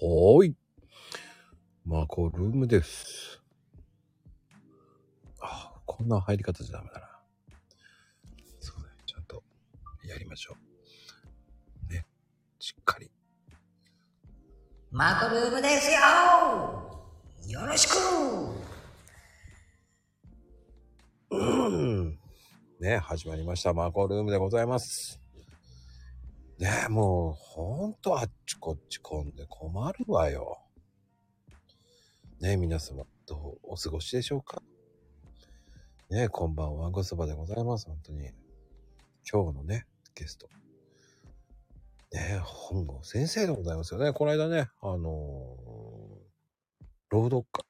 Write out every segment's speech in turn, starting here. はーい。マコルームです。あ、こんな入り方じゃダメだな。そうね、ちゃんとやりましょう。ね、しっかり。マコルームですよよろしくうんね、始まりました。マコルームでございます。ねえ、もう、ほんとあっちこっち混んで困るわよ。ねえ、皆様、どうお過ごしでしょうかねえ、こんばんは、ごそばでございます。本当に。今日のね、ゲスト。ねえ、本郷先生でございますよね。この間ね、あのー、朗読会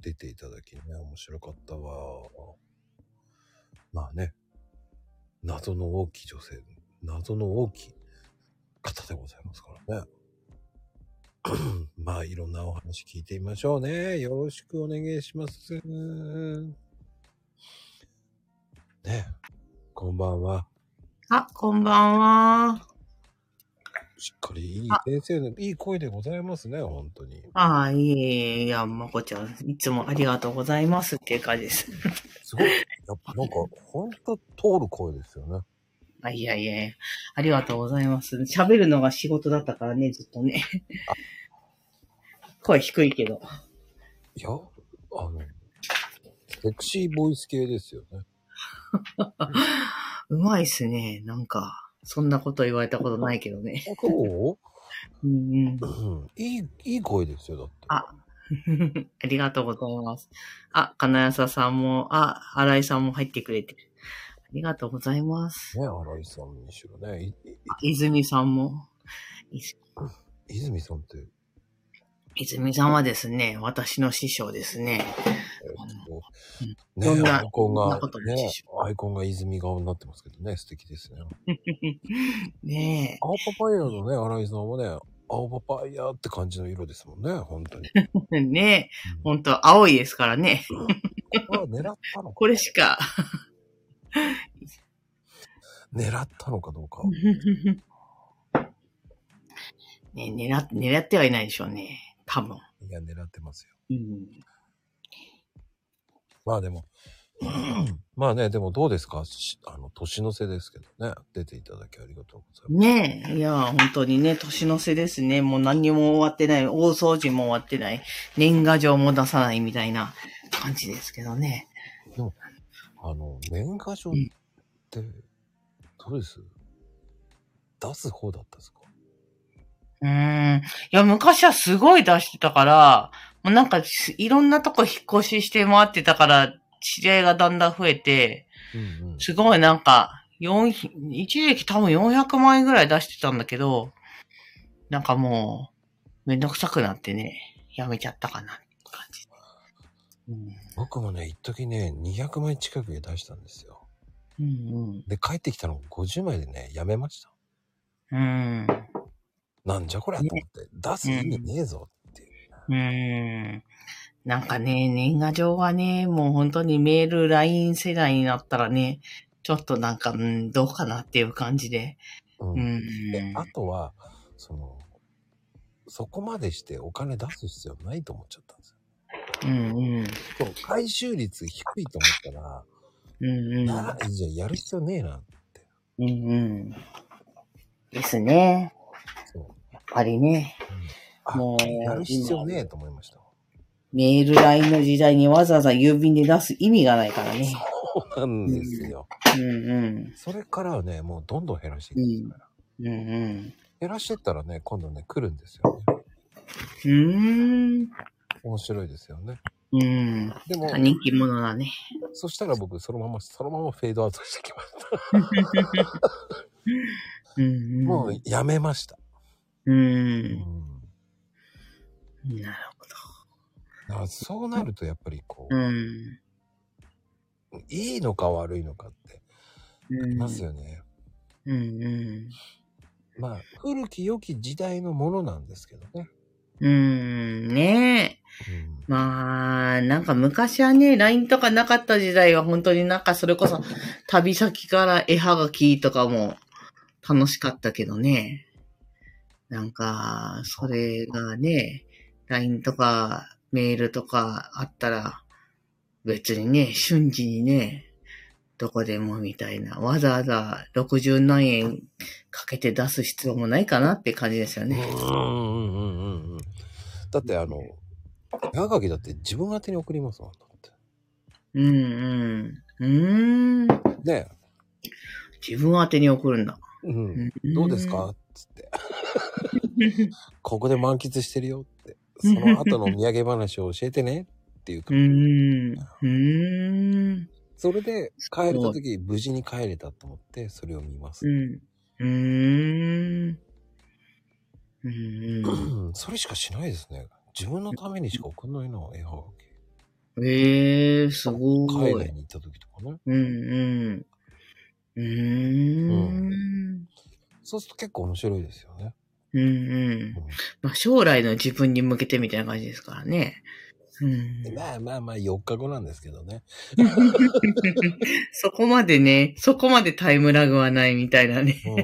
出ていただきね、面白かったわ。まあね、謎の大きい女性、謎の大きい方でございますからね。 まあ、いろんなお話聞いてみましょうね。よろしくお願いします。ね、こんばんは。あ、こんばんは。しっかりいいあ先生のいい声でございますね、本当に。ああ、いえいえ、いや、まこちゃん、いつもありがとうございますっていう感じです。すごい。やっぱなんか、ほんと通る声ですよね。あいやいやいや、ありがとうございます。喋るのが仕事だったからね、ずっとね。声低いけど。いや、あの、セクシーボイス系ですよね。うまいっすね、なんか。そんなこと言われたことないけどね。そううんうん。 うんいい、いい声ですよ、だって。あありがとうございます。あ、金谷ささんも、あ、新井さんも入ってくれてる。ありがとうございます。ね、荒井さんにしろね。いいあ泉さんも。い泉さんって、泉さんはですね、私の師匠ですね。えっとうんねそんなアイコンそんながこと、ないねでし、アイコンが泉顔になってますけどね、素敵ですね。ね青パパイヤのね、荒井さんもね、青パパイヤって感じの色ですもんね、本当 に。え。ねえ。ほんと、青いですからね。これは狙ったのか、これしか。狙ったのかどうか。 ね狙っ、狙ってはいないでしょうね。多分。いや、狙ってますよ。うん。まあでも、まあね、でもどうですかしあの、年の瀬ですけどね、出ていただきありがとうございます。ねえ。いや、本当にね、年の瀬ですね。もう何にも終わってない。大掃除も終わってない。年賀状も出さないみたいな感じですけどね。あの、年賀状って、どうです出す方だったですかうーん。いや、昔はすごい出してたから、もうなんかし、いろんなとこ引っ越しして回ってたから、知り合いがだんだん増えて、うんうんすごいなんか、4ひ、一時期多分400万円ぐらい出してたんだけど、なんかもう、めんどくさくなってね、やめちゃったかな、って感じ。うん僕もね、一時ね、200枚近く出したんですよ。うんで、帰ってきたの50枚でね、やめました。うん。うん。なんじゃこりゃと思って、出す意味ねえぞっていう。うん。なんかね、年賀状はね、もう本当にメール、LINE 世代になったらね、ちょっとなんか、うん、どうかなっていう感じで。う。うんん。で、あとは、その、そこまでしてお金出す必要ないと思っちゃったんですよ。うんうん。そう回収率低いと思ったら、うんうん。なら、じゃあやる必要ねえな。うんうん。ですね。そう。やっぱりね。あもうやる必要ねえと思いました。メール、LINE の時代にわざわざ郵便で出す意味がないからね。そうなんですよ。うんうそれからはね、もうどんどん減らしていくんですから。ん。うんうん。減らしてったらね、今度ね、来るんですよ、ね。うーん。面白いですよね。うん。でも、人気者だね。そしたら僕、そのまま、そのままフェードアウトしてきました。うんうん。もう、やめました。うんう。ん。なるほだからそうなると、やっぱりこど。うん。う、いいのか悪いのかって、ういん。ますよね。うんうまあ、古き良き時代のものなんですけどね。ん。うん。ねえ。うんまあ、なんか昔はね、LINE とかなかった時代は本当になんかそれこそ旅先から絵はがきとかも楽しかったけどね。なんか、それがね、LINE とかメールとかあったら、別にね、瞬時にね、どこでもみたいな、わざわざ60何円かけて出す必要もないかなって感じですようね。んうんうんうんうん。だってあの、長垣だって自分宛てに送りますもん。だってうんうん。うーん。ね自分宛てに送るんだ。え、うん、んどうですかつって。 ここで満喫してるよって。その後のお土産話を教えてねっていううか、ーん。うーん。それで帰れた時、無事に帰れたと思って、それを見ますう。ん。うーん。うんうん。うん それしかしないですね。自分のためにしか送んないな、絵はがき。ええー、すご海い外。に行った時とかね。うんうん。うーん。そうすると結構面白いですよね。うんうん。まあ、将来の自分に向けてみたいな感じですからね。うんうん、、まあまあまあ、4日後なんですけどね。そこまでね、そこまでタイムラグはないみたいなね。うん。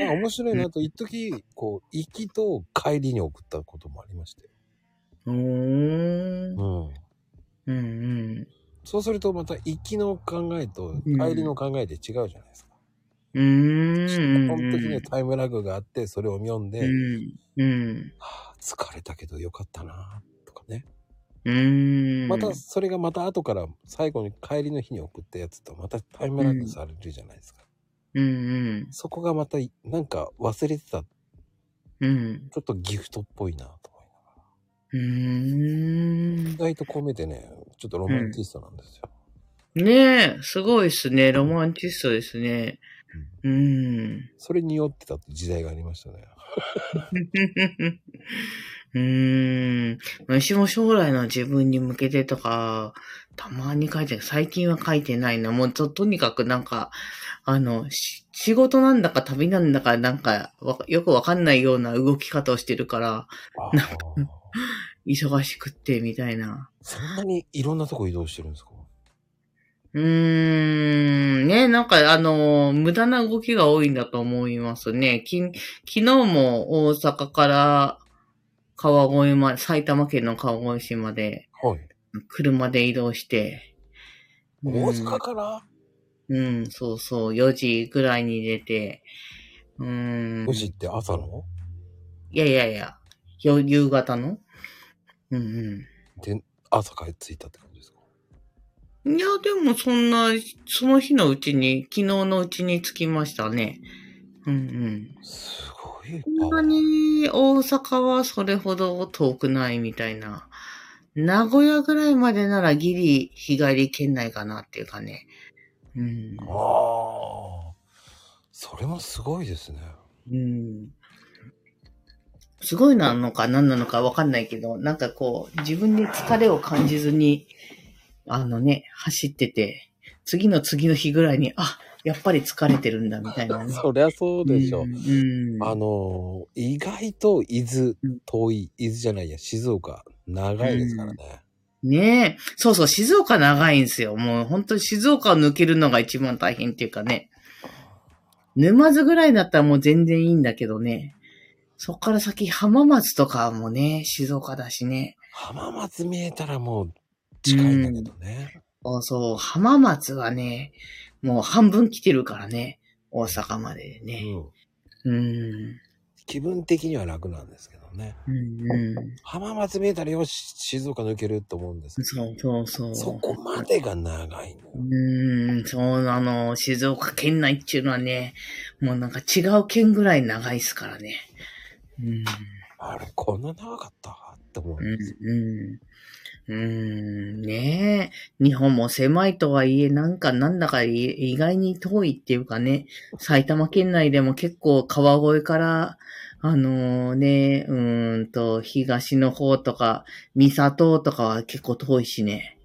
まあ面白いなと、一時こう、行きと帰りに送ったこともありまして。うーん。うん。うんうん。そうするとまた行きの考えとうん帰りの考えで違うじゃないですか。うーん。その時にタイムラグがあって、それを読んで、うん。うん。はあ疲れたけどよかったな、とかね。うーん。またそれがまた後から最後に帰りの日に送ったやつとまたタイムラグされるじゃないですか。うんうん。そこがまたなんか忘れてた、ちうん。ょっとギフトっぽいなと思いながうーん。ら。意外とこう見てね、ちょっとロマンティストなんですよ。ねえ、すごいですね。ロマンチストですね。うん。それに酔ってたって時代がありましたね。 うーん。私も将来の自分に向けてとか、たまに書いてる。最近は書いてないな。もうと、とにかくなんか、あの、し仕事なんだか旅なんだかなんかわ、よくわかんないような動き方をしてるかあら、あ忙しくって、みたいな。そんなにいろんなとこ移動してるんですかうーん、ね、なんかあの、無駄な動きが多いんだと思いますね。き昨日も大阪から川越まで、埼玉県の川越市まではい。車で移動して。大阪からうん、うん、そうそう、4時ぐらいに出て。うーん。富士って朝のいやいやいや、よ夕方のうんうん。で、朝帰って着いたって感じですかいや、でもそんな、その日のうちに、昨日のうちに着きましたね。うんうん。すごいそんなに大阪はそれほど遠くないみたいな。名古屋ぐらいまでならギリ日帰り圏内かなっていうかね。うん。ああ。それもすごいですね。うん。すごいなのか何なのかわかんないけど、なんかこう、自分で疲れを感じずに、あのね、走ってて、次の次の日ぐらいに、あ、やっぱり疲れてるんだみたいなね。そりゃそうでしょ。んうん。あのー意外と伊豆うん、遠い、伊豆じゃないや、静岡、長いですからね。ねえ。そうそう、静岡長いんですよ。もう本当に静岡を抜けるのが一番大変っていうかね。沼津ぐらいだったらもう全然いいんだけどね。そっから先浜松とかもね、静岡だしね。浜松見えたらもう近いんだけどね。そうそう、浜松はね、もう半分来てるからね。大阪までうね。ん。うん。う気分的には楽なんですけどね。ん、う浜松見えたらよし、静岡抜けると思うんですん。けそうそうそう。ど、そこまでが長いのよ。うーん、そうなの。静岡県内っていうのはね、もうなんか違う県ぐらい長いっすからね。うん、あれ、こんな長かったって思ううんですよ。ん、うん。うん、ねえ。日本も狭いとはいえ、なんかなんだかい意外に遠いっていうかね、埼玉県内でも結構川越から、あのね、うーんと、東の方とか、三郷とかは結構遠いしね。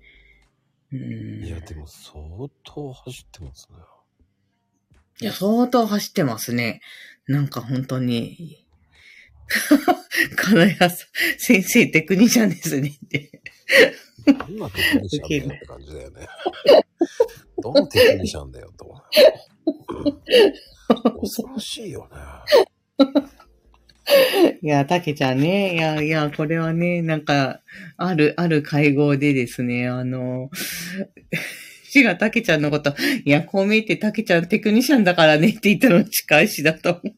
うんいや、でも相当走ってます ね。いや、相当走ってますね。なんか本当に。 金谷さん、先生テクニシャンですね って。どんなテクニシャンだよって感じだよ ね。どんなテクニシャンだよと思う。恐ろしいよね。いや、たけちゃんね、いや、いや、これはね、なんか、ある、ある会合でですね、あの、 私がたけちゃんのこと、いや、こう見えてたけちゃんテクニシャンだからねって言ったの仕返しだと思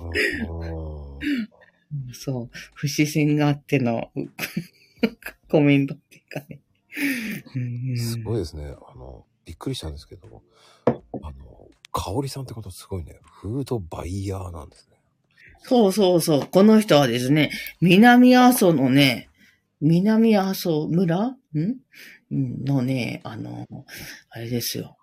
うんう。そう、不自然があっての、 コメントっていうかね。うんすごいですね。あの、びっくりしたんですけども、あの、香織さんってことすごいね。フードバイヤーなんですね。そうそうそう。この人はですね、南阿蘇のね、南阿蘇村んのね、あの、あれですよ。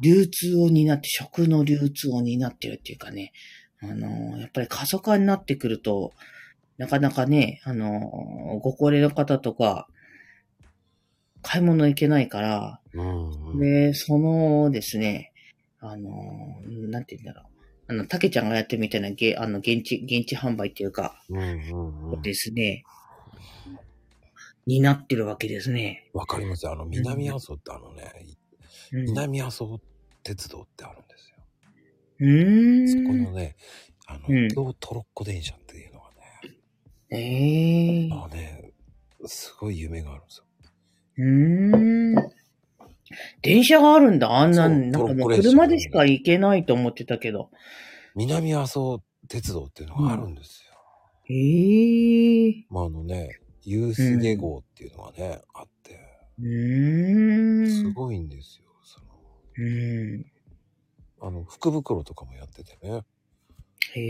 流通を担って、食の流通を担ってるっていうかね、あの、やっぱり過疎化になってくると、なかなかね、あの、ご高齢の方とか、買い物行けないから、うん、うん。で、そのですね、あの、なんて言うんだろう。あの、たけちゃんがやってるみたいな、げあの、現地、現地販売っていうか、うんうんうん。ですね、になってるわけですね。わかりますあの、南阿蘇ってあのね、うん。う南阿蘇鉄道ってあるんですよ。ーんそこのね、あの、うん京トロッコ電車っていうのがね、ええあのね、すごい夢があるんですよ。うーん。電車があるんだ。あんな、そうなんかトロッもコう列車車でしか行けないと思ってたけど。南阿蘇鉄道っていうのがあるんですよ。ええまあ、あのね、ユースゲ号っていうのがね、あって、うーん。すごいんですよ。その、うん。あの、福袋とかもやっててね、ええ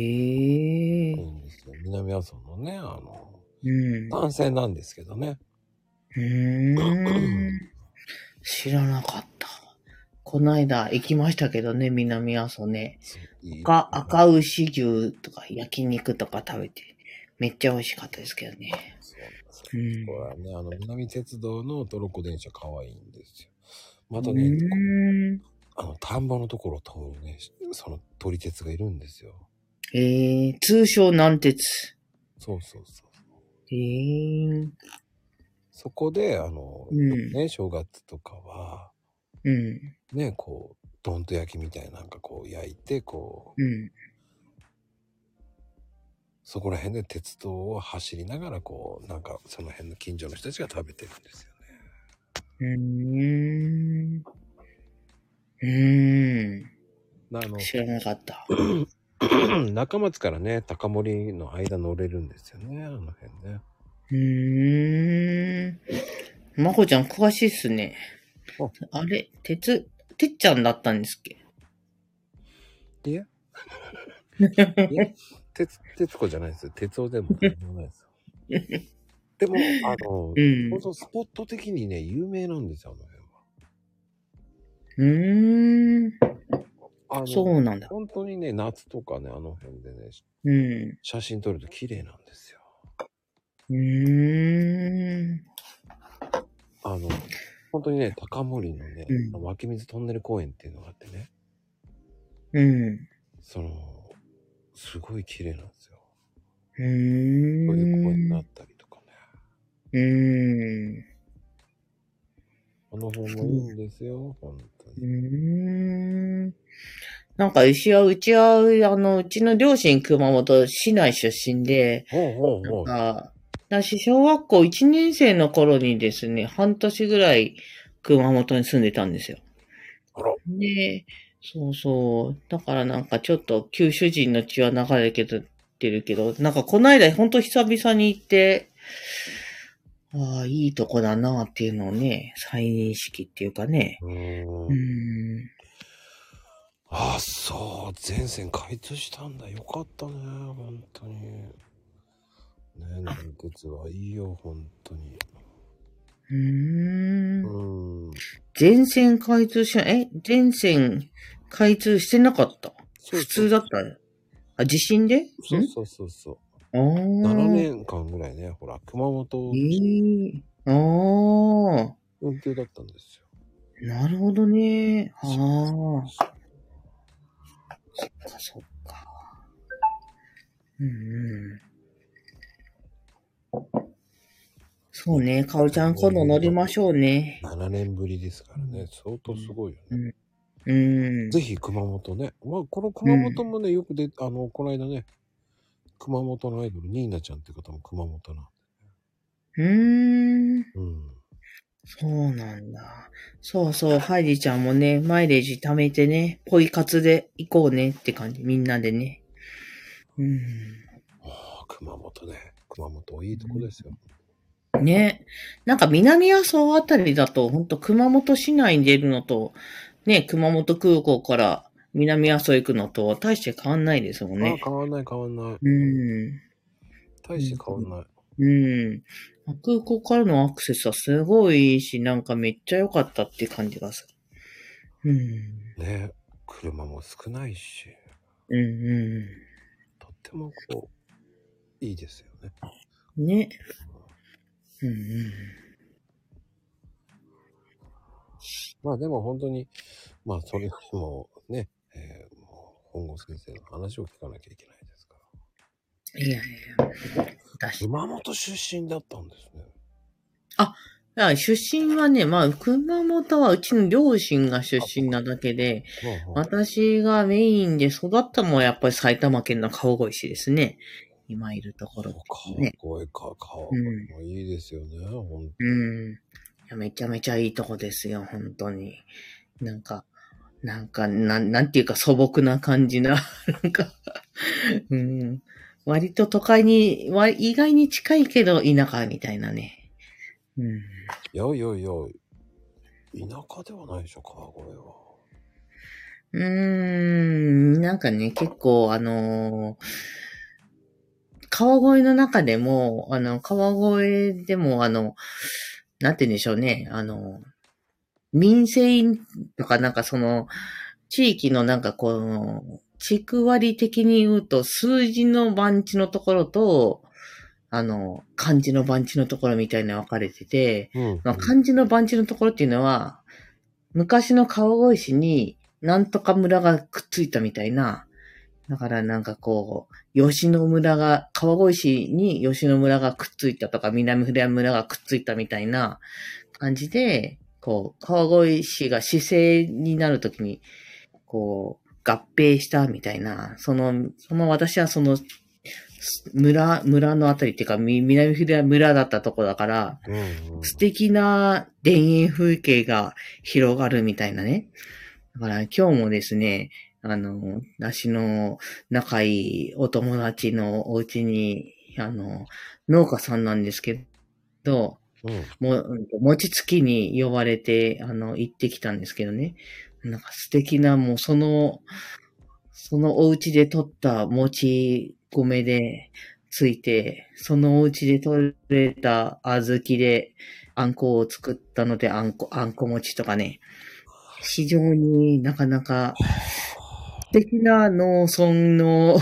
いいんですよ。南阿蘇のね、あの、うん。男性なんですけどね。うーん知らなかった。こないだ行きましたけどね、南阿蘇ね。そういい赤、赤牛牛とか焼肉とか食べて、めっちゃ美味しかったですけどね。そうなんですようんこれはね、あの、南鉄道のトロッコ電車可愛いんですよ。またうね、ーんあの、田んぼのところを通るね、その撮り鉄がいるんですよ。えー、通称南鉄。そうそうそう。えー、そこで、あの、うんね、正月とかは、うん、ね、こう、どんと焼きみたいなんかこう焼いて、こう、うん。そこら辺で鉄道を走りながら、こう、なんかその辺の近所の人たちが食べてるんですよね。うーん。うーん。なあの、知らなかった。 中松からね、高森の間乗れるんですよね、あの辺ね。うーん。まこちゃん詳しいっすねお。あれ、鉄、てっちゃんだったんですっけい や。いや、鉄、鉄子じゃないですよ。鉄夫でも何でもないですよ。でも、あの、うん本。当スポット的にね、有名なんですよ、あの辺は。うーん。あのそうなんだ。本当にね、夏とかね、あの辺でね、うん。写真撮ると綺麗なんですよ。うーん。あの、本当にね、高森のね、うん湧き水トンネル公園っていうのがあってね、うん。その、すごい綺麗なんですよ。うこういう公園にーなんっ。たりとかね。うあの辺もいいんですよ、本当ーに。ん。なんか、石は、うちは、あの、うちの両親熊本市内出身で、ほうほうほう。あ私、小学校1年生の頃にですね、半年ぐらい熊本に住んでたんですよ。あら。で、そうそう。だからなんかちょっと九州人の血は流れてるけど、なんかこの間ほんと久々に行って、ああ、いいとこだなっていうのをね、再認識っていうかね。うー。うんん。ああ、そう。全線開通したんだ。よかったね。本当に。ねえ、南鉄はいいよ、本当に。うー。うんーん。全線開通しな、え全線開通してなかったそうそう普通だったねあ、地震でそうそうそうそああう。ー。 7年間ぐらいね、ほら、熊本ええああ。運休だったんですよ。なるほどね。ああ。そっかそっか。うんうん。そうね。かおりちゃん、今度乗りましょうね。 7年ぶりですからね、相当すごいよね。うんうん。ぜひ熊本ね。まあ、この熊本もね、よくで、あの、この間ね、熊本のアイドル、ニーナちゃんって方も熊本な。うーん。うん。そうなんだ。そうそう、ハイジちゃんもね、マイレージ貯めてね、ポイ活で行こうねって感じ、みんなでね。うん。ああ、熊本ね。熊本いいとこですよ。ね。なんか南阿蘇あたりだと、ほんと熊本市内に出るのと、ね、熊本空港から南阿蘇行くのと、大して変わんないですもんああね。変わんない変わんない。うん。大して変わんない。うん。空港からのアクセスはすごいいいし、なんかめっちゃ良かったって感じがする。ね。車も少ないし、うん。うんうん。とってもこう、いいですよね。ね。うんうん。まあでも本当に、まあそれよりもね、えーもう本郷先生の話を聞かなきゃいけないですから。いやいや。私、熊本出身だったんですね。あ出身はね、まあ、熊本はうちの両親が出身なだけで、まあ私がメインで育ったのはやっぱり埼玉県の川越市ですね。今いるところですね。川越か、川う越んもいいですよね、ほんとうん。いや、めちゃめちゃいいとこですよ、本当に。なんか、なんか、なん、なんていうか素朴な感じな、 なんか、うん。割と都会に、わ意外に近いけど田舎みたいなね。うん。いやいやいや、田舎ではないでしょ、川越は。うーん、なんかね、結構あのー川越の中でも、あの、川越でも、あの、なんて言うんでしょうね、あの、民生委員とかなんかその、地域のなんかこの、地区割り的に言うと、数字の番地のところと、あの、漢字の番地のところみたいなの分かれてて、うんまあ、漢字の番地のところっていうのは、昔の川越市になんとか村がくっついたみたいな、だからなんかこう、吉野村が、川越市に吉野村がくっついたとか、南古谷村がくっついたみたいな感じで、こう、川越市が市政になるときに、こう、合併したみたいな、その、その私はその、村、村のあたりっていうか、み南古谷村だったとこだから、うんうん素敵な田園風景が広がるみたいなね。だから今日もですね、あの、私の仲いいお友達のお家に、あの、農家さんなんですけど、うんも、うん餅つきに呼ばれて、あの、行ってきたんですけどね。なんか素敵な、もうその、そのお家で取った餅米でついて、そのお家で取れた小豆であんこを作ったので、あんこ、あんこ餅とかね。非常になかなか素敵な農村の、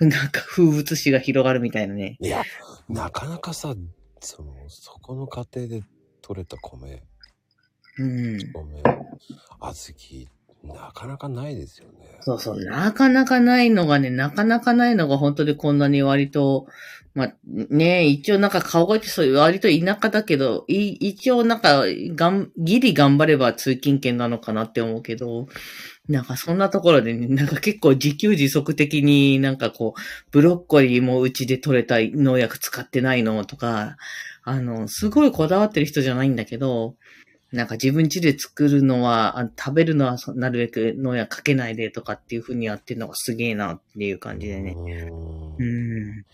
なんか風物詩が広がるみたいなね。いや、なかなかさ、その、そこの家庭で取れた米、うん。米、小豆、なかなかないですよね。そうそう、なかなかないのがね、なかなかないのが本当にこんなに割と、まあね、一応なんか顔がってそういう割と田舎だけど、い一応なんかがん、ギリ頑張れば通勤圏なのかなって思うけど、なんかそんなところでね、なんか結構自給自足的になんかこう、ブロッコリーもうちで取れた農薬使ってないのとか、あの、すごいこだわってる人じゃないんだけど、なんか自分家で作るのは、あ食べるのはそなるべく農薬かけないでとかっていう風にやってるのがすげえなっていう感じでね。うんうん。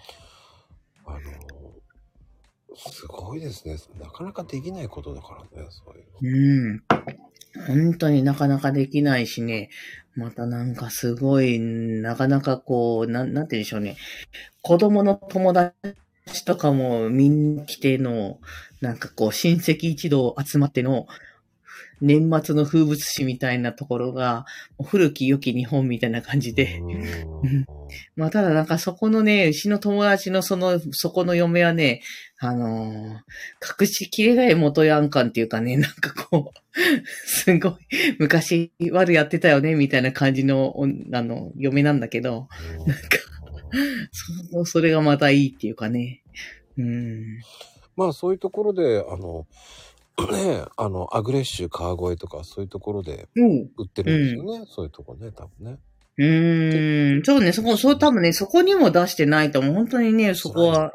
あの、すごいですね。なかなかできないことだからね、そういうの。うん。本当になかなかできないしね。またなんかすごい、なかなかこう、なん、なんて言うんでしょうね。子供の友達とかもみんな来ての、なんかこう親戚一同集まっての、年末の風物詩みたいなところが、古き良き日本みたいな感じで、うんまあ、ただなんかそこのね、うちの友達のその、そこの嫁はね、あのー隠しきれない元ヤン感っていうかね、 なんかこう、すごい、昔悪やってたよね、みたいな感じの、おあの、嫁なんだけど、そ、それがまたいいっていうかね。うん。まあそういうところで、あの、 ね、あの、アグレッシュ川越とかそういうところでうん。売ってるんですよね。そういうとこね、多分ね。うーん。そうね、そこ、そう多分ね、そこにも出してないと思う。本当にね、そこは、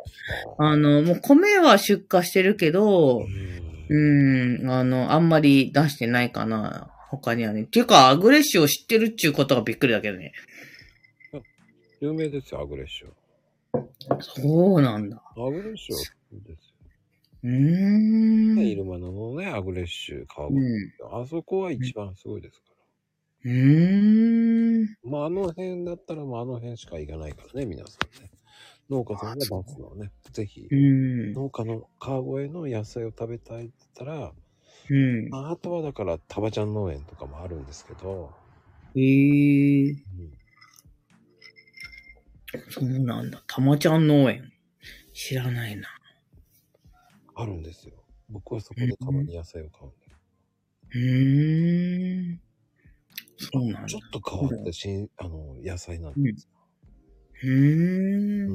あの、もう米は出荷してるけどう、ん。うーん、あの、あんまり出してないかな。他にはね。っていうか、アグレッシュを知ってるっちゅうことがびっくりだけどね。有名ですよ、アグレッシュ。そうなんだ。アグレッシュですよ。うーん。ね、イルマナのね、アグレッシュ川う越。ん。あそこは一番すごいですから。うーん。まあ、あの辺だったら、まあ、あの辺しか行かないからね、皆さんね。農家さんが出すのはね、ぜひ、うん。農家の川越の野菜を食べたいって言ったら、うん。まあ、あとはだから、タバちゃん農園とかもあるんですけど、へえ、うんそうなんだ。たまちゃん農園。知らないな。あるんですよ。僕はそこでたまに野菜を買うんで。うーん。そうなんちだょ。っと変わった新、あの、野菜なんですよ。うー。うん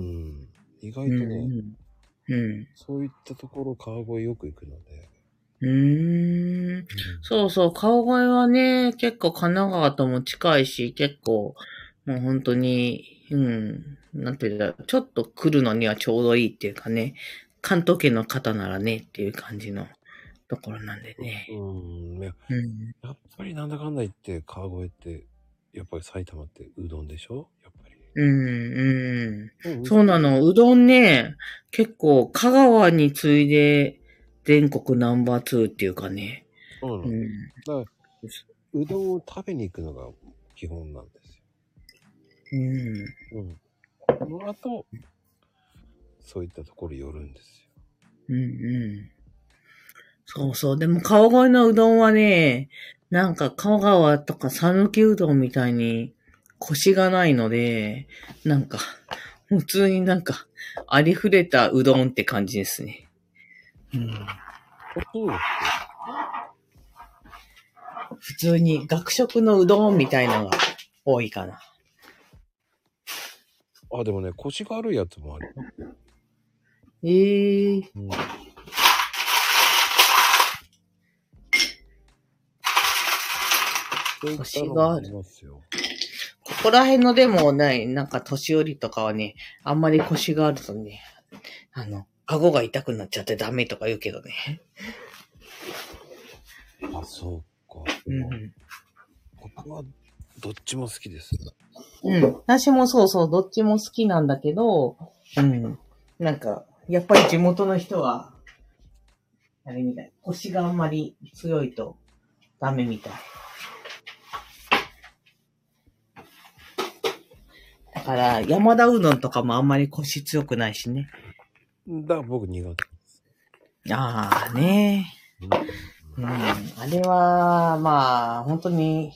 ん。意外うとん。ね、うん。そういったところ川越よく行くので。うーん。そうそう、川越はね、結構神奈川とも近いし、結構、もう本当に、うん、なんていうんだろう、ちょっと来るのにはちょうどいいっていうかね、関東圏の方ならね、っていう感じのところなんでね。うん。やうん。やっぱりなんだかんだ言って、川越って、やっぱり埼玉ってうどんでしょやっぱり。うん、うん。うんそうなの。うどんね、結構、香川に次いで、全国ナンバー2っていうかね。そうなうの。ん。うどんを食べに行くのが基本なんですうん。よ。うん。その後、そういったところ寄るんですよ。うんうん。そうそう。でも、川越のうどんはね、なんか、香川とか讃岐うどんみたいに、コシがないので、なんか、普通になんか、ありふれたうどんって感じですね。うん。そうです普通に学食のうどんみたいなのが多いかな。よ。あ、でもね、腰があるやつもある。ええうん。腰があるそういったのもりますよ。ここら辺のでもない、なんか年寄りとかはね、あんまり腰があるとね、あの、顎が痛くなっちゃってダメとか言うけどね。あ、そうか。うん。僕はどっちも好きです。うん。私もそうそう、どっちも好きなんだけど、うん。なんか、やっぱり地元の人は、あれみたい。腰があんまり強いとダメみたい。だから、山田うどんとかもあんまり腰強くないしね。だから僕苦手。ああね。うんうん。あれは、まあ、本当に、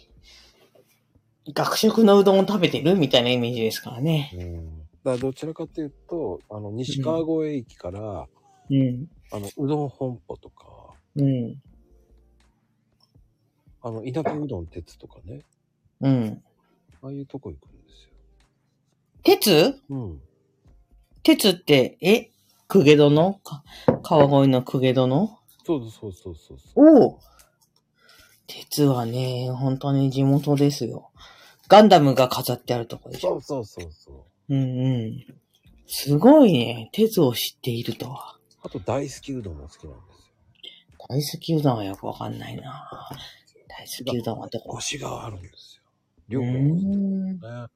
学食のうどんを食べてるみたいなイメージですからね。うん、だからどちらかというと、あの、西川越駅から、あうん。の、うどん本舗とか、うん。あの、田舎うどん鉄とかね、うん。ああいうとこ行くんですよ。鉄うん。鉄って、え公家殿か川越の公家殿そうそうそうそうそう。おお鉄はね、本当に地元ですよ。ガンダムが飾ってあるとこでしそょう。そうそうそう。うんうん。すごいね。鉄を知っているとは。あと、大好きうどんも好きなんですよ。大好きうどんはよくわかんないな。大好きうどんはどこ推しがあるんですよ。両うー方。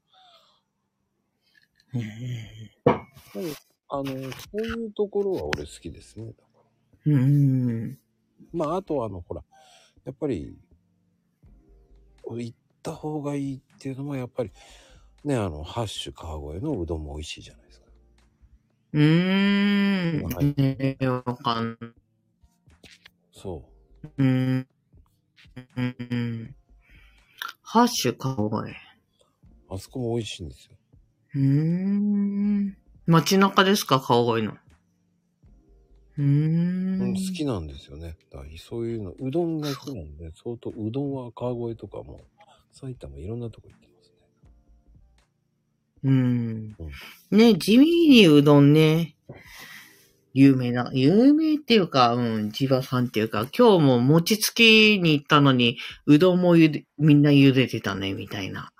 ね。ん。あうんの、そういうところは俺好きですね。うんうん。まあ、あとはあの、ほら、やっぱり、行った方がいいっていうのも、やっぱり、ね、あの、ハッシュ川越のうどんも美味しいじゃないですか。うーはん。ねえわかんない。そうーん。うんうんハッシュかわいい。う。あそこも美味しいんですよ。うーん。街中ですか、川越の。うーん。うん、好きなんですよね。だからそういうの、うどんが好き なんで、相当、うどんは川越とかも、埼玉いろんなとこ行ってますね。うん。ね、地味にうどんね。有名な、有名っていうか、うん、地場さんっていうか、今日も餅つきに行ったのに、うどんもゆで、みんな茹でてたね、みたいな。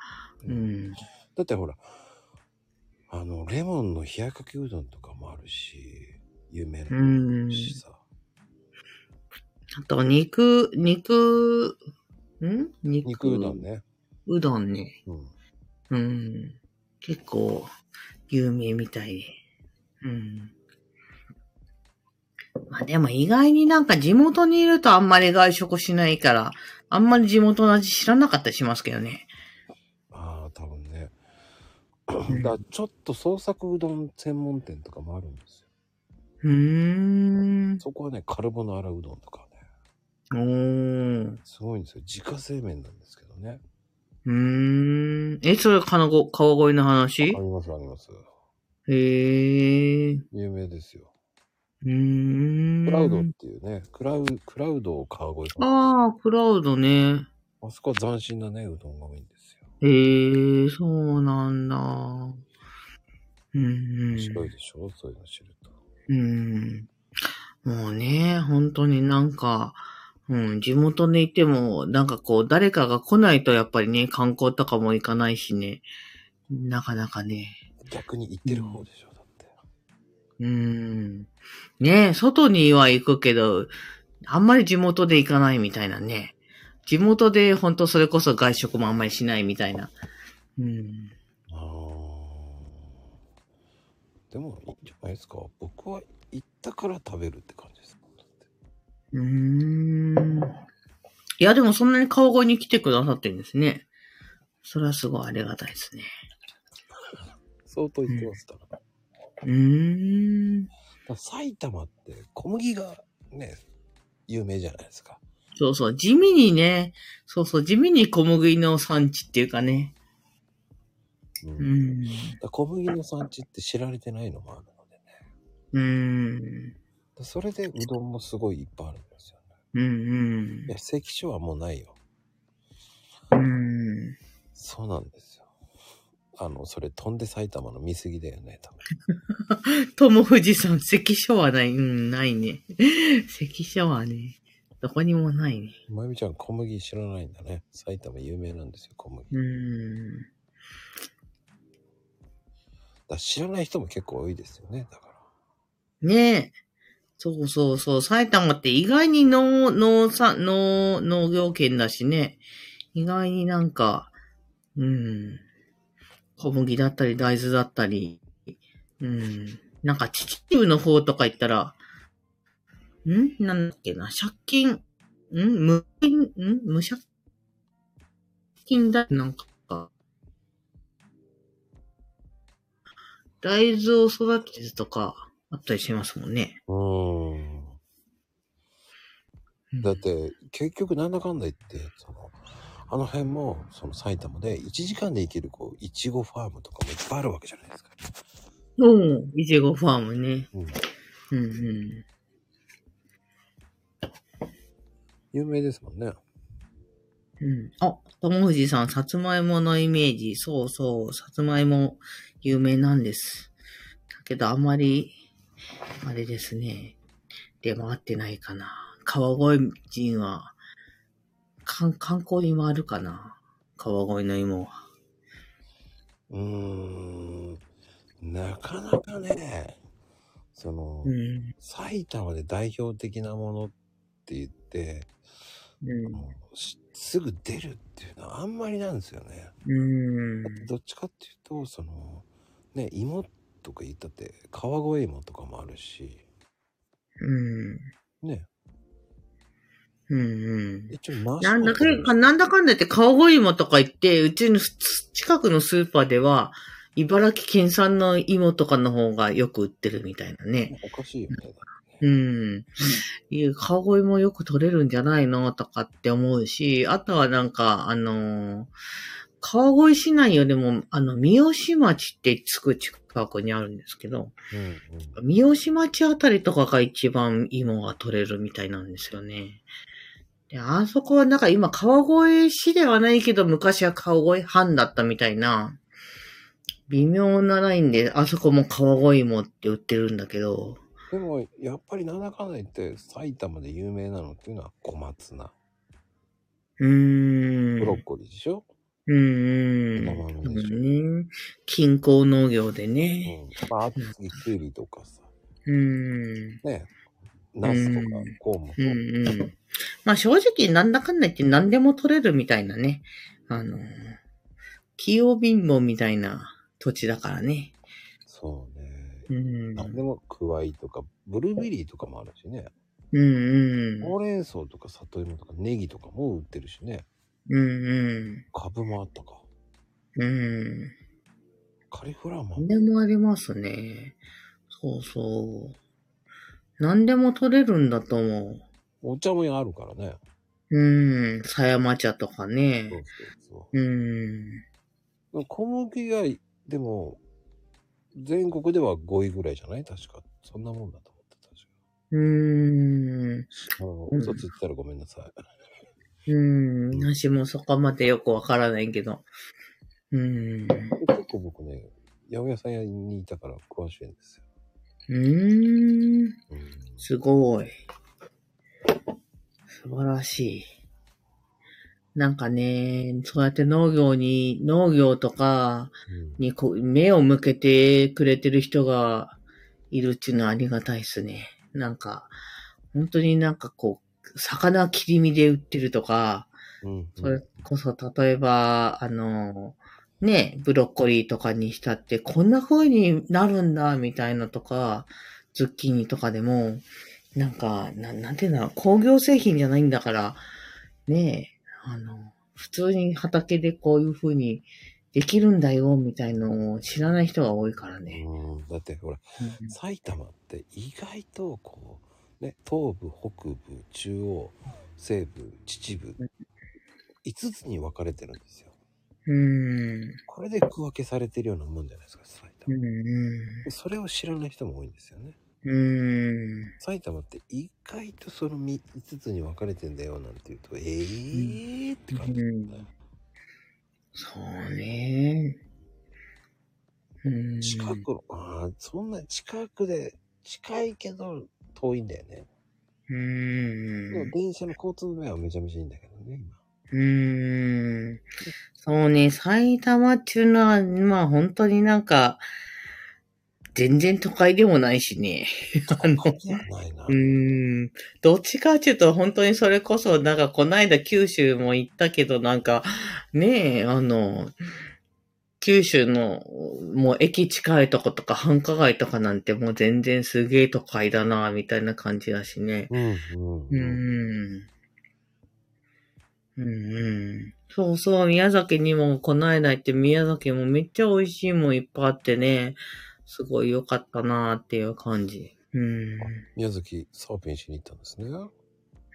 うん。だってほら、あの、レモンの冷やかけうどんとかもあるし、有名なうのもあんる。しさ。あと、肉、肉、ん肉肉うどん。ね。うどんね。うん。うん。結構、有名みたいで。うん。まあでも意外になんか地元にいるとあんまり外食しないから、あんまり地元の味知らなかったりしますけどね。ああ、多分ね。んだからちょっと創作うどん専門店とかもあるんですよ。うーん。そこはね、カルボナーラうどんとかね。おー。すごいんですよ。自家製麺なんですけどね。うーん。え、それ川越川越の話ありますあります。へー。有名ですよ。うーん。クラウドっていうね、クラウ、クラウドを川越さん。あああ、クラウドね。そこは斬新なね、うどんが多いんですよ。へえ、そうなんだ。うん、うん。面白いでしょ、そういうの知ると。うん。もうね、本当になんか、うん、地元にいても、なんかこう、誰かが来ないとやっぱりね、観光とかも行かないしね、なかなかね。逆に行ってる方でしょ、だって。うん。ね外には行くけど、あんまり地元で行かないみたいなね。地元で本当それこそ外食もあんまりしないみたいな。うん。あーでもいいんじゃないですか。僕は行ったから食べるって感じです。だってうーん。いや、でもそんなに川越に来てくださってるんですね。それはすごいありがたいですね。相当行ってますから。だかうーん。ら埼玉って小麦がね、有名じゃないですか。そうそう、地味にね、そうそう、地味に小麦の産地っていうかね。う。うんだん。から小麦の産地って知られてないのもあるのでね。うーん。でそれでうどんもすごいいっぱいあるんですよね。うんいや、関所はもうないよ。うん。うん。そうなんですよ。あの、それ飛んで埼玉の見過ぎだよね、多分。友藤さん、関所はない。うん、ないね。関所はね、どこにもないね。まゆみちゃん小麦知らないんだね。埼玉有名なんですよ、小麦。だかうーん。ら知らない人も結構多いですよね、だから。ねえ。そうそうそう。埼玉って意外に農、農産、農、農業圏だしね。意外になんか、うん。小麦だったり大豆だったり、うん。なんか秩父の方とか行ったら、んなんだっけな、借金、ん無金、ん無借金だ、なんか、大豆を育てるとか、あったりしますもんね。うーん。だって、結局なんだかんだ言って、その、あの辺も、その埼玉で1時間で行ける、こう、いちごファームとかもいっぱいあるわけじゃないですか。うん。いちごファームね。うん。うんうん。有名ですもんね。うん。あ、友藤さん、さつまいものイメージ。そうそう、さつまいも有名なんです。だけど、あまり、あれですね。出回ってないかな。川越人は、観観光に回るかな。川越の芋は。うーん。なかなかね、その、うん。埼玉で代表的なものって言って、うもうしすぐ出るっていうのはあんまりなんですよね。ん。うん。どっちかっていうとそのね芋とか言ったって川越芋とかもあるしうん。ねうん。うん。一応マなんだかとかもなんだかんだ言って、川越芋とか言って、うちのす近くのスーパーでは、茨城県産の芋とかの方がよく売ってるみたいなね。おかしいよね。うん。いや、川越もよく取れるんじゃないのとかって思うし、あとはなんか、あのー川越市内よりも、あの、三好町ってつく近くにあるんですけど、うん三好町あたりとかが一番芋が取れるみたいなんですよね。で、あそこはなんか今川越市ではないけど昔は川越藩だったみたいな、微妙なラインであそこも川越芋って売ってるんだけど、でも、やっぱりなんだかんだ言って、埼玉で有名なのっていうのは小松菜、うーん。ブロッコリーでしょ、う枝ん。豆でしょ、うん。近郊農業でうんね。まあ、あと次、きゅうりとかさ、うん。ね、ナスとかうんコーンも、うんうん。まあ正直、なんだかんだ言って何でも取れるみたいなね。あの、器用貧乏みたいな土地だからね。そうね。うん。うなんんでも、くわいとか、ブルーベリーとかもあるしね。うん。ほうれん草とか、里芋とか、ネギとかも売ってるしね。うんうん。カブもあったか。うん。カリフラワーもあっ何でもありますね。そうそう。何でも取れるんだと思う。お茶もあるからね。うん。狭山茶とかねそう。そううん。そう。小麦が、でも、全国では5位ぐらいじゃない確か。そんなもんだと思ってた。確うん。か。あの、うん嘘ついてたらごめんなさい。うん。私もそこまでよくわからないけど。うん。結構僕ね、八百屋さん屋にいたから詳しいんですよ。うん。うんすごい。素晴らしい。なんかね、そうやって農業に、農業とか、うんにこう目を向けてくれてる人がいるっていうのはありがたいですね。なんか、本当になんかこう、魚切り身で売ってるとか、うん。それこそ例えば、あの、ね、ブロッコリーとかにしたって、こんな風になるんだ、みたいなとか、ズッキーニとかでも、なんか、ななんていうんだろう、工業製品じゃないんだから、ねえ、あの、普通に畑でこういう風にできるんだよ、みたいのを知らない人が多いからね。うん。だって、ほら、埼玉って意外とこうね東部北部中央西部秩父5つに分かれてるんですようん。これで区分けされてるようなもんじゃないですか埼うん。玉うそれを知らない人も多いんですよねん。うん。埼玉って意外とその5つに分かれてんだよなんて言うとええー、って感じだよねそうね。うん。近くのああそんな近くで近いけど遠いんだよね、うでもーん。電車の交通の面はめちゃめちゃいいんだけどね今うーん。そうね、埼玉っていうのは、まあ本当になんか、全然都会でもないしね。あの、いやないな、うーん。どっちかっていうと本当にそれこそ、なんかこないだ九州も行ったけど、なんか、ねえ、あの、九州の、もう駅近いとことか繁華街とかなんてもう全然すげえ都会だな、みたいな感じだしね。うんうんうーんうんうんそうそう、宮崎にもこないだ行って、宮崎もめっちゃ美味しいもんいっぱいあってね、すごい良かったなーっていう感じ。うん。宮崎サーフィンしに行ったんですね。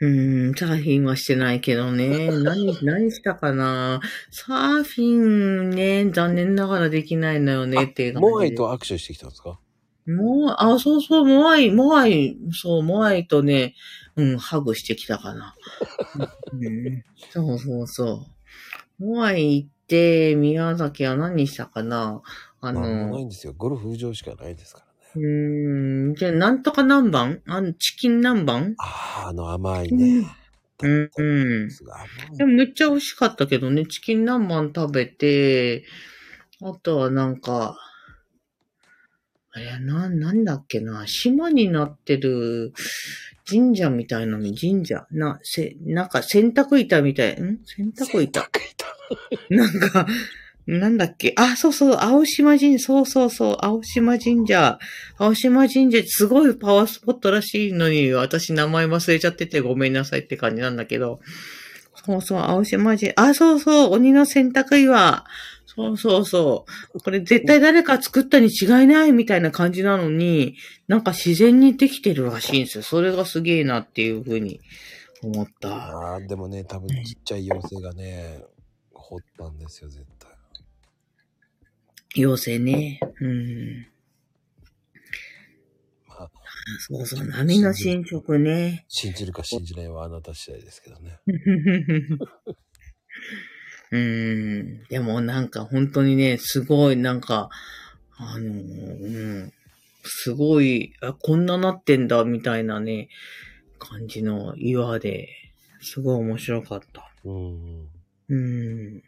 うん、サーフィンはしてないけど ね。何、何したかなサーフィンね、残念ながらできないのよねっていう感じモアイと握手してきたんですかモアイ、あ、そうそう、モアイ、モアイ、そう、モアイとね、うん、ハグしてきたかな。うん、そうそうそう。モアイ行って、宮崎は何したかなああのない、んですよ。ゴルフ場しかないですからね。うーん、じゃあ、なんとか何番あんチキン何番ああ、あの甘いね。うん、うん。すごい甘いでもめっちゃ美味しかったけどね、チキン南蛮食べて、あとはなんか、あれな、なんだっけな、島になってる神社みたいなのに、神社、な、せ、なんか洗濯板みたい、ん洗濯板高い高 なんか、なんだっけあ、そうそう、青島神、そうそうそう、青島神社。青島神社、すごいパワースポットらしいのに、私名前忘れちゃっててごめんなさいって感じなんだけど。そうそう、青島神、あ、そうそう、鬼の洗濯岩。そうそうそう。これ絶対誰か作ったに違いないみたいな感じなのに、なんか自然にできてるらしいんですよ。それがすげえなっていうふうに思っいた。ああ、でもね、多分ちっちゃい妖精がね、掘ったんですよ、絶対。妖精ね。うん。まあ、そうそう、波の侵食ね。信じるか信じないはあなた次第ですけどね。うーん。でもなんか本当にね、すごいなんか、あのー、うん。すごい、あ、こんななってんだ、みたいなね、感じの岩で、すごい面白かった。うん。うん。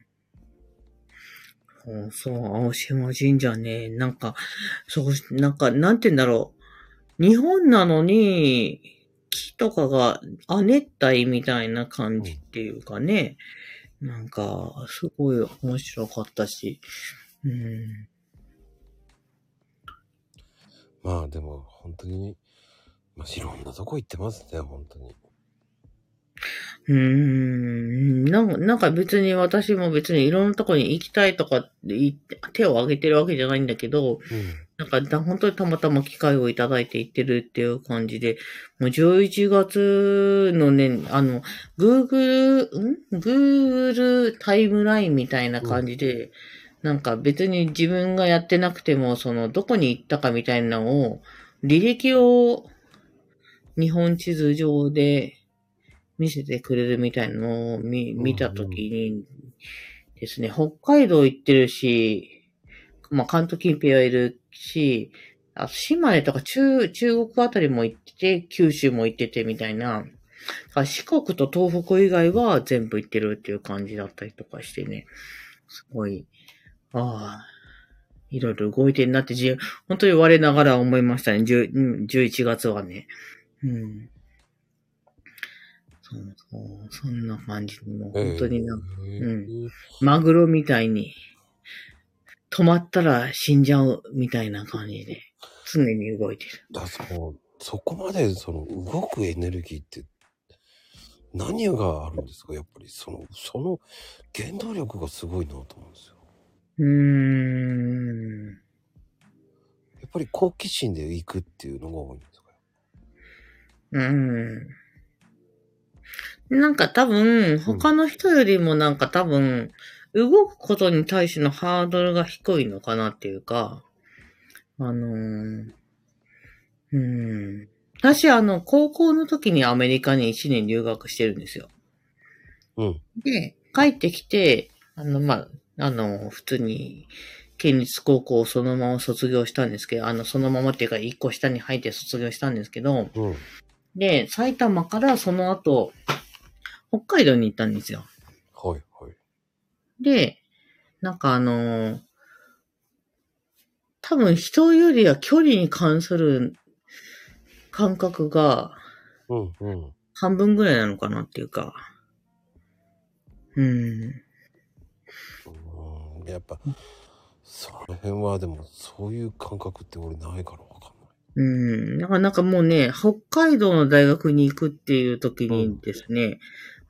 そうそう、青島神社ね、なんか、そう、なんか、なんて言うんだろう。日本なのに、木とかが亜熱帯みたいな感じっていうかね、なんか、すごい面白かったし、うん。まあでも本当に、まあいろんなとこ行ってますね、本当に。うーんなんか、なんか別に私も別にいろんなとこに行きたいとかって言って手を挙げてるわけじゃないんだけど、なんかだ本当にたまたま機会をいただいて行ってるっていう感じで、もう11月のね、あの、Google、ん ?Google タイムラインみたいな感じで、なんか別に自分がやってなくても、そのどこに行ったかみたいなのを、履歴を日本地図上で見せてくれるみたいなのを見見たときにですね、北海道行ってるし、まあ関東近辺はいるし、あと島根とか中、中国あたりも行ってて、九州も行っててみたいな、だから四国と東北以外は全部行ってるっていう感じだったりとかしてね、すごい、ああ、いろいろ動いてんなって、じ本当に我ながら思いましたね、10うん11月はね。うん。そうそう、そんな感じもう本当になんか、えうんマグロみたいに、止まったら死んじゃうみたいな感じで、常に動いてる。だそうそこまでその動くエネルギーって何があるんですかやっぱりそのその原動力がすごいなと思うんですようーん。やっぱり好奇心で行くっていうのが多いんですかうん。なんか多分、他の人よりもなんか多分、動くことに対してのハードルが低いのかなっていうか、あのーうん。私、あの、高校の時にアメリカに1年留学してるんですよ。うんで、帰ってきて、あの、まあ、あの、普通に、県立高校をそのまま卒業したんですけど、あの、そのままっていうか、一個下に入って卒業したんですけど、うんで、埼玉からその後、北海道に行ったんですよ。はいはいで、なんかあのー多分人よりは距離に関する感覚がうんうん半分ぐらいなのかなっていうか。うん。うんやっぱその辺はでもそういう感覚って俺ないからわかんないうん。だからなんかもうね、北海道の大学に行くっていう時にですね、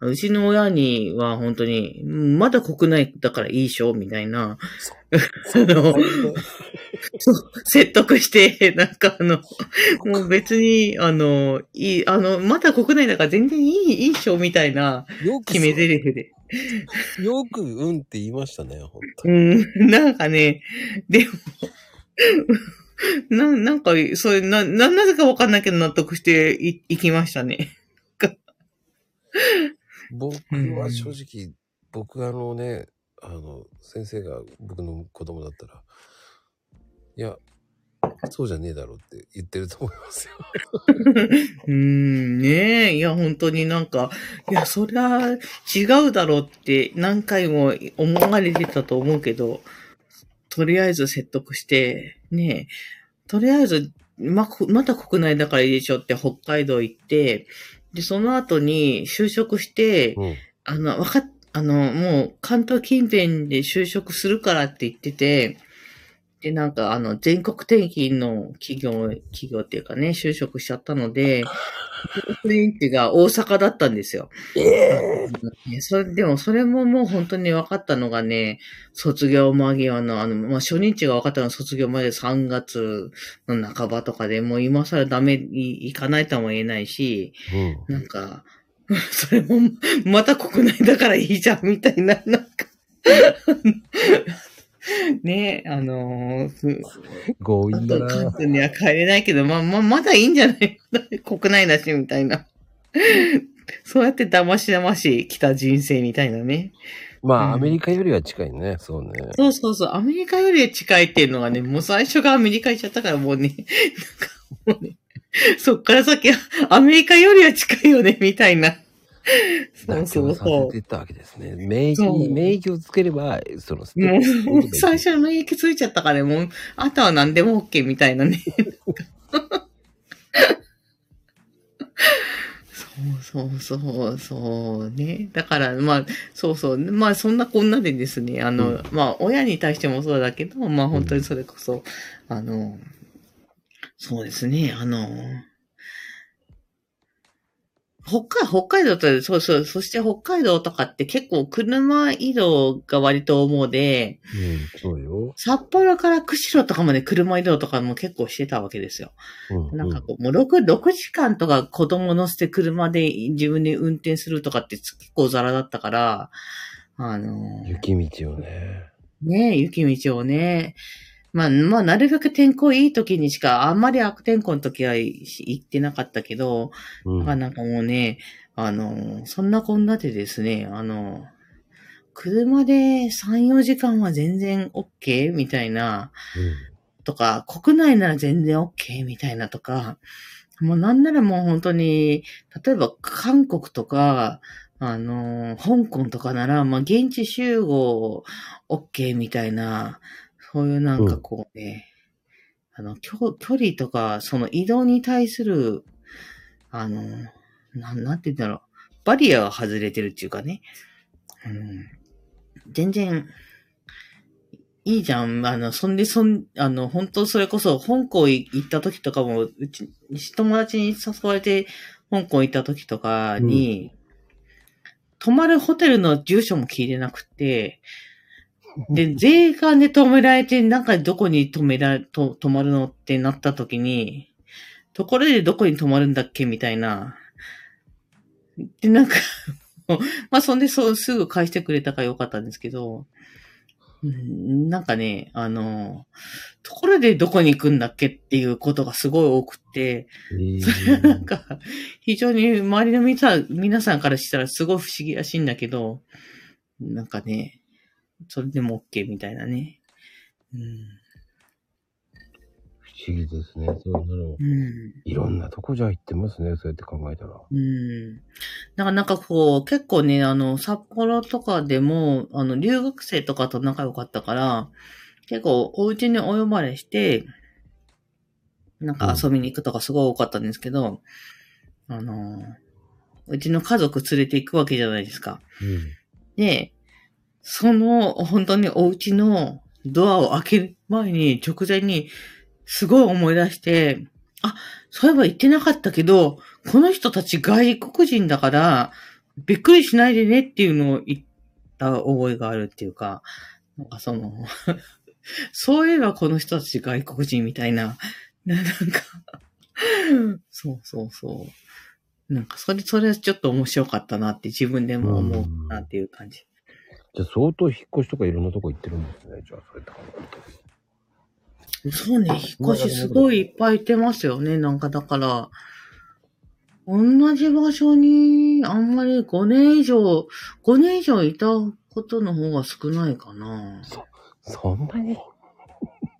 うちの親には本当に、うんまだ国内だからいいでしょみたいな、そ あの、うそう説得して、 なんかあの、もう別に、あの、いい、あの、まだ国内だから全然いい、いいっしょ、みたいなよく決め台詞で。よくうんって言いましたね本当うに、ん、 なんかね、でも、 な、なんか、それ、な、な、なぜかわかんないけど納得してい、いきましたね。僕は正直、僕あのねあの先生が僕の子供だったらいやそうじゃねえだろうって言ってると思いますよ。うん、ねえ、いや、本当になんか、いや、そりゃ違うだろうって何回も思われてたと思うけど、とりあえず説得して、ねえ、とりあえず、ま、こまた国内だからいいでしょって北海道行って、で、その後に就職して、うんあの、わかっ、あの、もう関東近辺で就職するからって言ってて、で、なんか、あの、全国転勤の企業、企業っていうかね、就職しちゃったので、全員ってが大阪だったんですよ。ねそれでも、それももう本当に分かったのがね、卒業間際の、あの、まあ、初日が分かったのは卒業まで3月の半ばとかで、もう今更ダメ、いいかないとも言えないし、うんなんか、 それも、また国内だからいいじゃん、みたいな、なんか。ねえ、あのーふ強あと関東には帰れないけど、まあ、まあ、まだいいんじゃない 国内だし、みたいな。そうやって騙し騙し来た人生みたいなね。まあ、うんアメリカよりは近いね。そうね。そうそうそう、アメリカより近いっていうのがね、もう最初がアメリカ行っちゃったからもうね、なんかもうね、そっから先はアメリカよりは近いよね、みたいな。そう妥そう協さそせうてい。ったわけですね。名義そう名義をつければ、そのスもテップう、最初の免疫ついちゃったからね、もう、あとは何でも OK みたいなね。そうそうそう、そうね。だから、まあ、そうそう。まあ、そんなこんなでですね、あの、うんまあ、親に対してもそうだけど、まあ、本当にそれこそ、あの、そうですね、あの、北海、北海道と、そうそう、そして北海道とかって結構車移動が割と思うで、うん、そうよ。札幌から釧路とかまで車移動とかも結構してたわけですよ。うん、なんかこう、もう6、6時間とか子供乗せて車で自分で運転するとかって結構ザラだったから、あのうん雪道をね。ねえ、雪道をね。まあ、まあ、なるべく天候いい時にしか、あんまり悪天候の時は行ってなかったけど、うん。まあなんかもうね、あの、そんなこんなでですね、あの、車で3、4時間は全然 OK? みたいな、とか、国内なら全然 OK? みたいなとか、もうなんならもう本当に、例えば韓国とか、あの、香港とかなら、まあ現地集合 OK みたいな、そういうなんかこうね、あの、距距離とか、その移動に対する、あの、なん、なんて言うんだろう。バリアが外れてるっていうかね。うん、全然、いいじゃん。あの、そんで、そん、あの、本当それこそ、香港行った時とかも、うち、友達に誘われて、香港行った時とかに、泊まるホテルの住所も聞いてなく て、で、税関で止められて、なんかどこに止められ、と、泊まるのってなった時に、ところでどこに泊まるんだっけみたいな。で、なんか、まあ、そんで、そう、すぐ返してくれたからよかったんですけど、うんなんかね、あの、ところでどこに行くんだっけっていうことがすごい多くて、うん それはなんか、非常に周りの皆さん皆さんからしたらすごい不思議らしいんだけど、なんかね、それでも OK みたいなね。う不思議ですね。そうなの。ん。うん。いろんなとこじゃ行ってますね。そうやって考えたら。うん。だからなんかこう、結構ね、あの、札幌とかでも、あの、留学生とかと仲良かったから、結構お家にお呼ばれして、なんか遊びに行くとかすごい多かったんですけど、あの、うちの家族連れて行くわけじゃないですか。で、その、本当にお家のドアを開ける前に、直前に、すごい思い出して、あ、そういえば言ってなかったけど、この人たち外国人だから、びっくりしないでねっていうのを言った覚えがあるっていうか、なんかその、 そういえばこの人たち外国人みたいな、ななんか、そうそうそう。なんかそれ、それちょっと面白かったなって自分でも思うなっていう感じ。じゃあ相当引っ越しとかいろんなとこ行ってるんですね。じゃあそれとか。そうね、引っ越しすごいいっぱい行ってますよね。なんかだから、同じ場所にあんまり5年以上、5年以上いたことの方が少ないかな。そんなに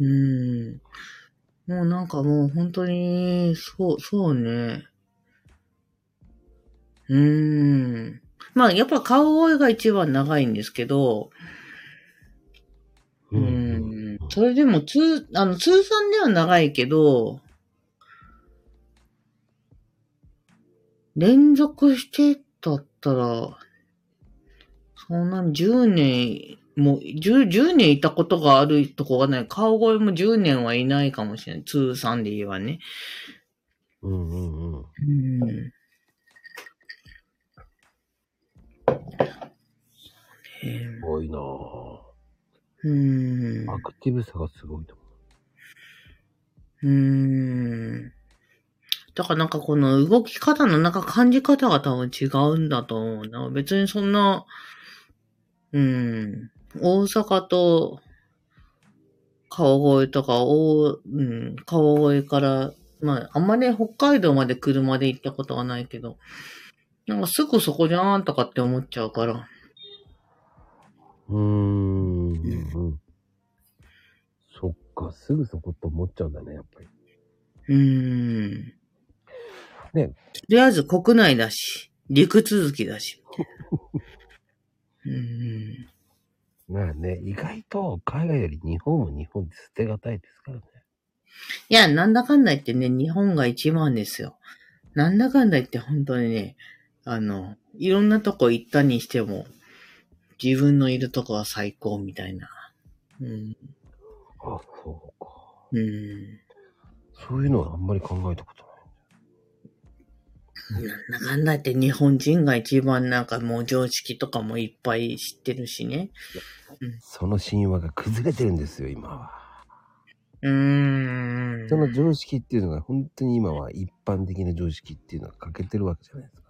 うん。もうなんかもう本当に、そう、そうね。うーん。まあやっぱ顔声が一番長いんですけど、ううん。んそれでも通、あの、通算では長いけど、連続してだったら、そんなに10年、もう 10, 10年いたことがあるとこがない。顔越えも10年はいないかもしれない。通算で言えばね。うんうんうん。うん。すごいなぁ。うん。アクティブさがすごいと思うーん。だからなんかこの動き方のなんか感じ方が多分違うんだと思うな。別にそんな、うん。大阪と川越とか、おうん、川越から、まあ、あんまり北海道まで車で行ったことはないけど、なんかすぐそこじゃーんとかって思っちゃうから。うーん。うんそっか、すぐそこと思っちゃうんだね、やっぱり。うーん。ねとりあえず国内だし、陸続きだし。 うーん。まあね、意外と海外より日本も日本って捨てがたいですからね。いや、なんだかんだ言ってね、日本が一番ですよ。なんだかんだ言って本当にね、あの、いろんなとこ行ったにしても、自分のいるとこは最高みたいな。うん。あ、そうか。うん。そういうのはあんまり考えたことない。なんだかんだ言って日本人が一番なんかもう常識とかもいっぱい知ってるしね。その神話が崩れてるんですよ、今は。うーん。その常識っていうのが本当に今は一般的な常識っていうのが欠けてるわけじゃないですか。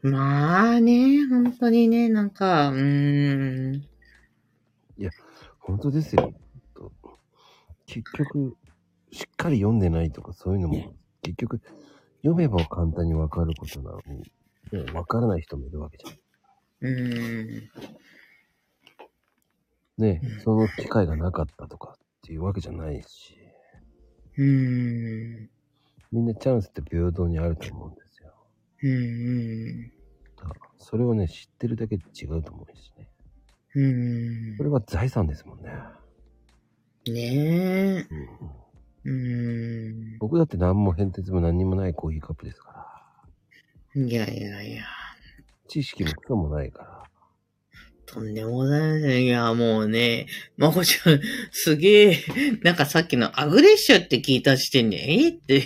まあね、本当にね、なんか、うーん。本当ですよ。と結局、しっかり読んでないとかそういうのも、結局、読めば簡単にわかることなのに、でもわからない人もいるわけじゃん。うーん。ねうんその機会がなかったとかっていうわけじゃないし、うーん。みんなチャンスって平等にあると思うんですよ。うーん。だからそれをね、知ってるだけで違うと思うしね。うーんそれは財産ですもんね。ねえ。うんうん、うーん。僕だって何も変哲も何にもないコーヒーカップですから、いやいやいや。知識も苦もないから、とんでもございません。いや、もうね、まこちゃん、すげえ、なんかさっきのアグレッションって聞いた時点で、えって、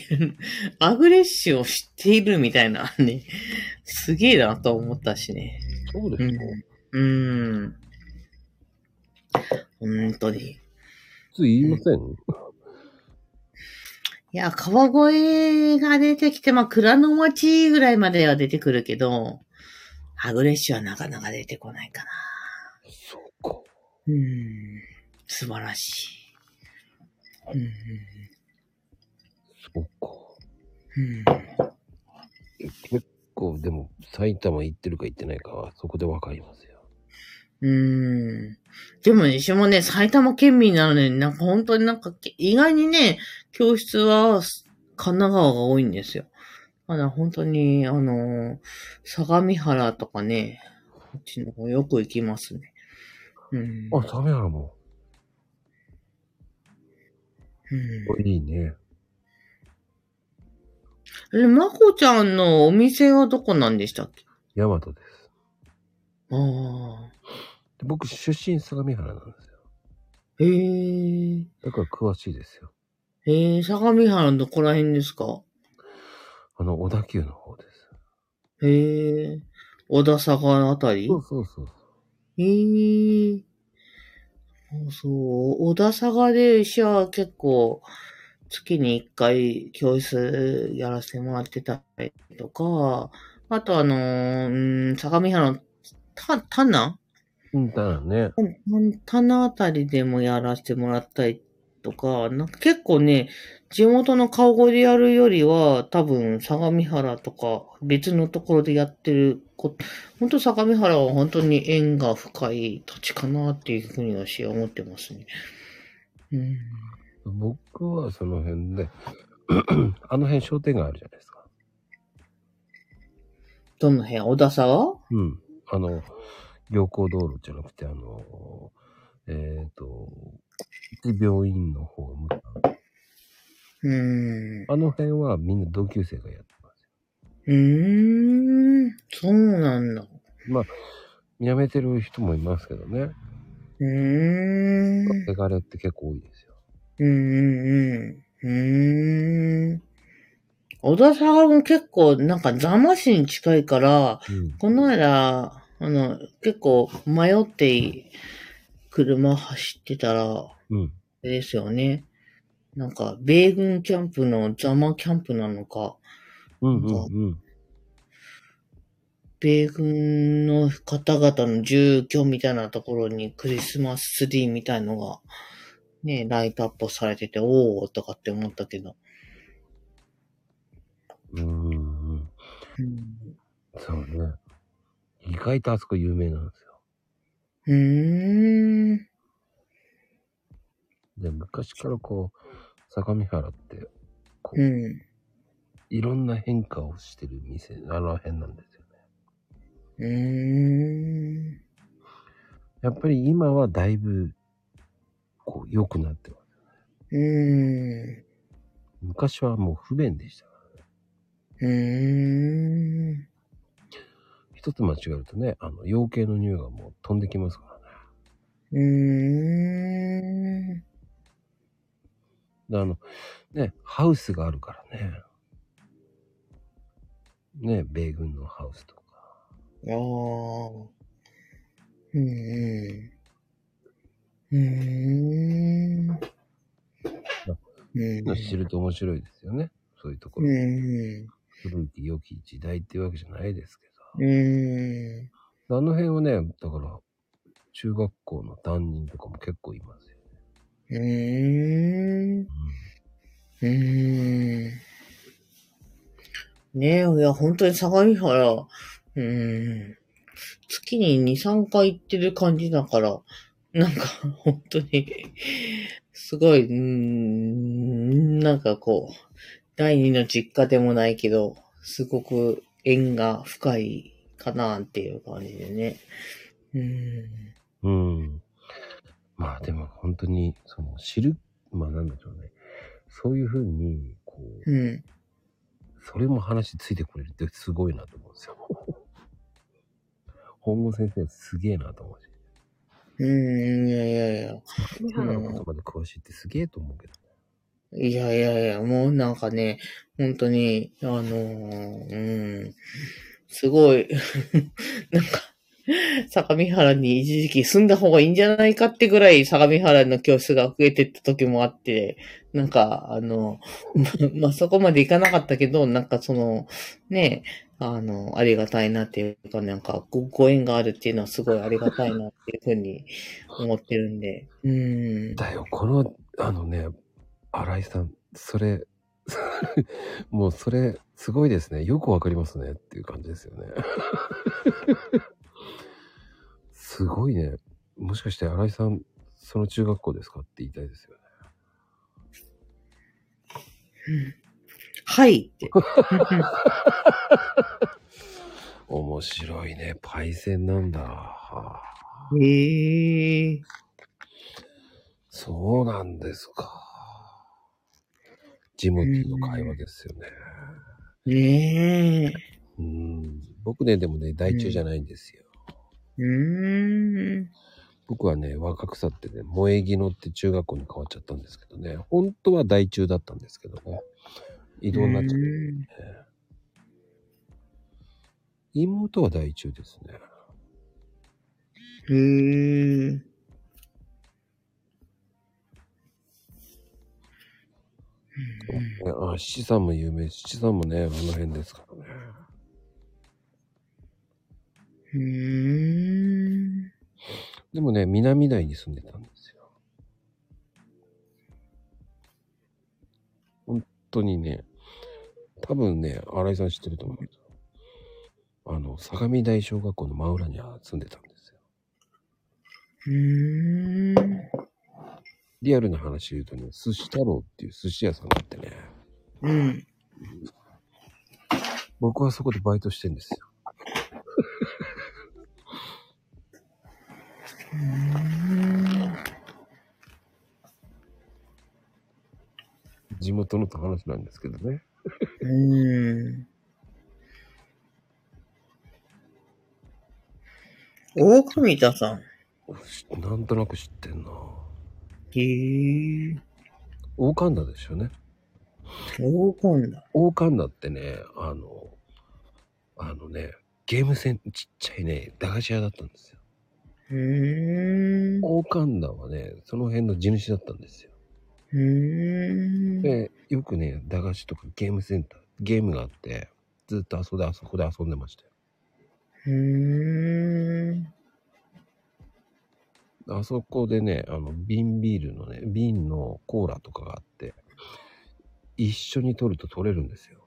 アグレッションを知っているみたいなね、すげえなと思ったしね。そうでうすんよ。うーん。本当に。い普通言いません、や、川越が出てきて、まあ、蔵の町ぐらいまでは出てくるけど、アグレッシュはなかなか出てこないかな。そうか。うん。素晴らしい。うそうか。ん。結構、でも、埼玉行ってるか行ってないかは、そこでわかりますよ。うん。うん。でもね、私もね、埼玉県民なので、なんか本当になんか、意外にね、教室は神奈川が多いんですよ。まだ本当に、あのー相模原とかね、こっちの方よく行きますね。うん。あ、サメ原も。うんいいね。え、まこちゃんのお店はどこなんでしたっけ大和です。ああ。で僕、出身相模原なんですよ。へえ。だから詳しいですよ。えー、相模原のどこら辺ですかあの、小田急の方です。えー、小田坂あたりそうそうそう。えー、そうそう、小田坂で医者は結構月に一回教室やらせてもらってたりとか、あとあのーうん、相模原のた、たなうん、だからね。棚あたりでもやらせてもらったりとか、なんか結構ね、地元の顔越でやるよりは、多分相模原とか別のところでやってること、本当相模原は本当に縁が深い土地かなっていうふうに私は思ってますね。うん。僕はその辺で、 あの辺商店街あるじゃないですか。どの辺小田沢うん。あの、行幸道路じゃなくて、あの、えっ、と、病院の方向かうん。あの辺はみんな同級生がやってますよ。うーん。そうなんだ。辞めてる人もいますけどね。うーん。手がれって結構多いですよ。うんうんうん。うーん。小田沢も結構、なんか座間市に近いから、うん。この間、あの、結構迷って車走ってたら、あうん。れですよね。なんか、米軍キャンプの座間キャンプなのか、うんうんうん。米軍の方々の住居みたいなところにクリスマスツリーみたいのが、ね、ライトアップされてて、おおとかって思ったけど。うんうんうん。うんそうね。意外とあそこ有名なんですよ。うーん。で、昔からこう、相模原って、こう、うん。いろんな変化をしてる店、あの辺なんですよね。うーん。やっぱり今はだいぶ、こう、良くなってます。嗯う昔はもう不便でしたから。ーん。うーん。一つ間違えるとね、あの、養鶏の匂いがもう飛んできますからね。うーん。であの、ね、ハウスがあるからね。ね、米軍のハウスとか。ああ。うんうん。うーん。うん。知ると面白いですよね。そういうとこうろ。ん。古き良き時代っていうわけじゃないですけ嗯うん。ど。あの辺はね、だから、中学校の担任とかも結構いますよ。うん。うーん。ねえ、いや、本当に相模原、うーん。月に2、3回行ってる感じだから、なんか、 本当に、すごい、うーん、なんかこう、第二の実家でもないけど、すごく縁が深いかなっていう感じでね。うーん。うん。うん。まあでも本当に、その、知る、まあなんでしょうね。そういうふうに、こう、うん。それも話ついてくれるってすごいなと思うんですよ。 本郷先生すげえなと思うし。うーん、いやいやいや。相模原のことまで詳しいってすげえと思うけど。いやいやいや、もうなんかね、本当に、あのーうん、すごい、 なんか、相模原に一時期住んだ方がいいんじゃないかってぐらい相模原の教室が増えてった時もあって、なんか、あの、 ま、まあ、そこまで行かなかったけど、なんかその、ね、あの、ありがたいなっていうか、なんかご、ご縁があるっていうのはすごいありがたいなっていうふうに思ってるんで、うん。だよ、この、あのね、新井さん、それ、 もうそれ、すごいですね。よくわかりますね。っていう感じですよね。すごいね。もしかして新井さん、その中学校ですかって言いたいですよね。はいって。面白いね。パイセンなんだ。はあへえ。そうなんですか。ジモティの会話ですよね。ねえ。うん。僕ね、でもね、大中じゃないんですよ。うーん。僕はね、若草ってね、萌え木野って中学校に変わっちゃったんですけどね、本当は大中だったんですけどね、移動になっちゃって、うね。妹は大中ですね。ーん。へえ。ねあ、七三も有名、七三もね、あの辺ですからね。うーん。でもね、南台に住んでたんですよ。本当にね、多分ね、新井さん知ってると思うけど、あの、相模台小学校の真裏には住んでたんですよ。うーん。リアルな話言うとね、寿司太郎っていう寿司屋さんがあってね、うん。僕はそこでバイトしてんですよ。地元のって話なんですけどね。うん。大神田さん。なんとなく知ってんな。へえ。大神田ですよね。大神田。大神田ってね、あの、あのね、ゲームセン、ちっちゃいね、駄菓子屋だったんですよ。うーん。う大神田はね、その辺の地主だったんですよ。ーん。で、よくね、駄菓子とかゲームセンター、ゲームがあって、ずっとあそこであそこで遊んでましたよ。うーん。あそこでね、あの、瓶ビールのね、瓶のコーラとかがあって、一緒に取ると取れるんですよ。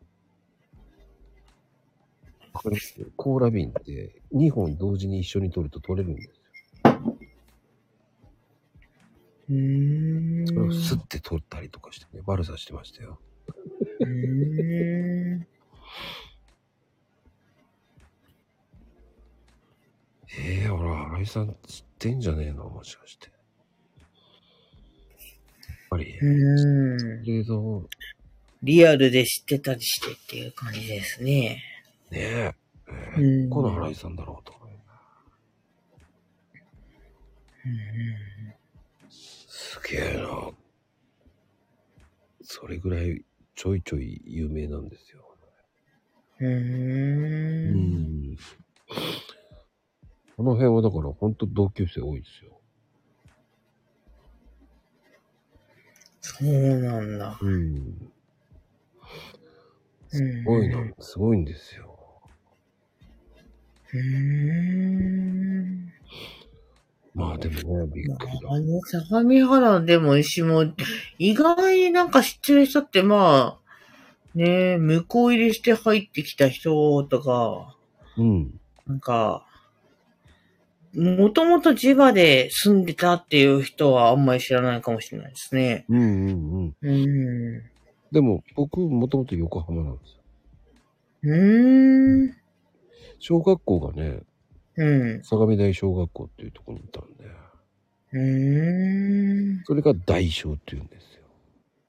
わかりますコーラ瓶って2本同時に一緒に取ると取れるんですよ。うーん。それをスッうて取ったりとかしてね、悪さしてましたよ。ーん。ええー、ほら、新井さん知ってんじゃねえのもしかして。やっぱり、うーん。映像をリアルで知ってたりしてっていう感じですね。ねえ、ええうんこの新井さんだろうと。すげえな。それぐらいちょいちょい有名なんですよ。うん。ううん。ん。この辺はだから本当同級生多いですよ。そうなんだ。うん。す多いな。すごいんですよ。うん。まあでもね、びっくりだあ。の、相模原でも石も、意外になんか知ってる人ってまあ、ねえ、向こう入りして入ってきた人とか、うん。なんか、もともと地場で住んでたっていう人はあんまり知らないかもしれないですね。うんうんうん。うん。でも僕もともと横浜なんですよ。うーん。小学校がね、うん。相模大小学校っていうところにいたんで、うーん。それが大小っていうんですよ。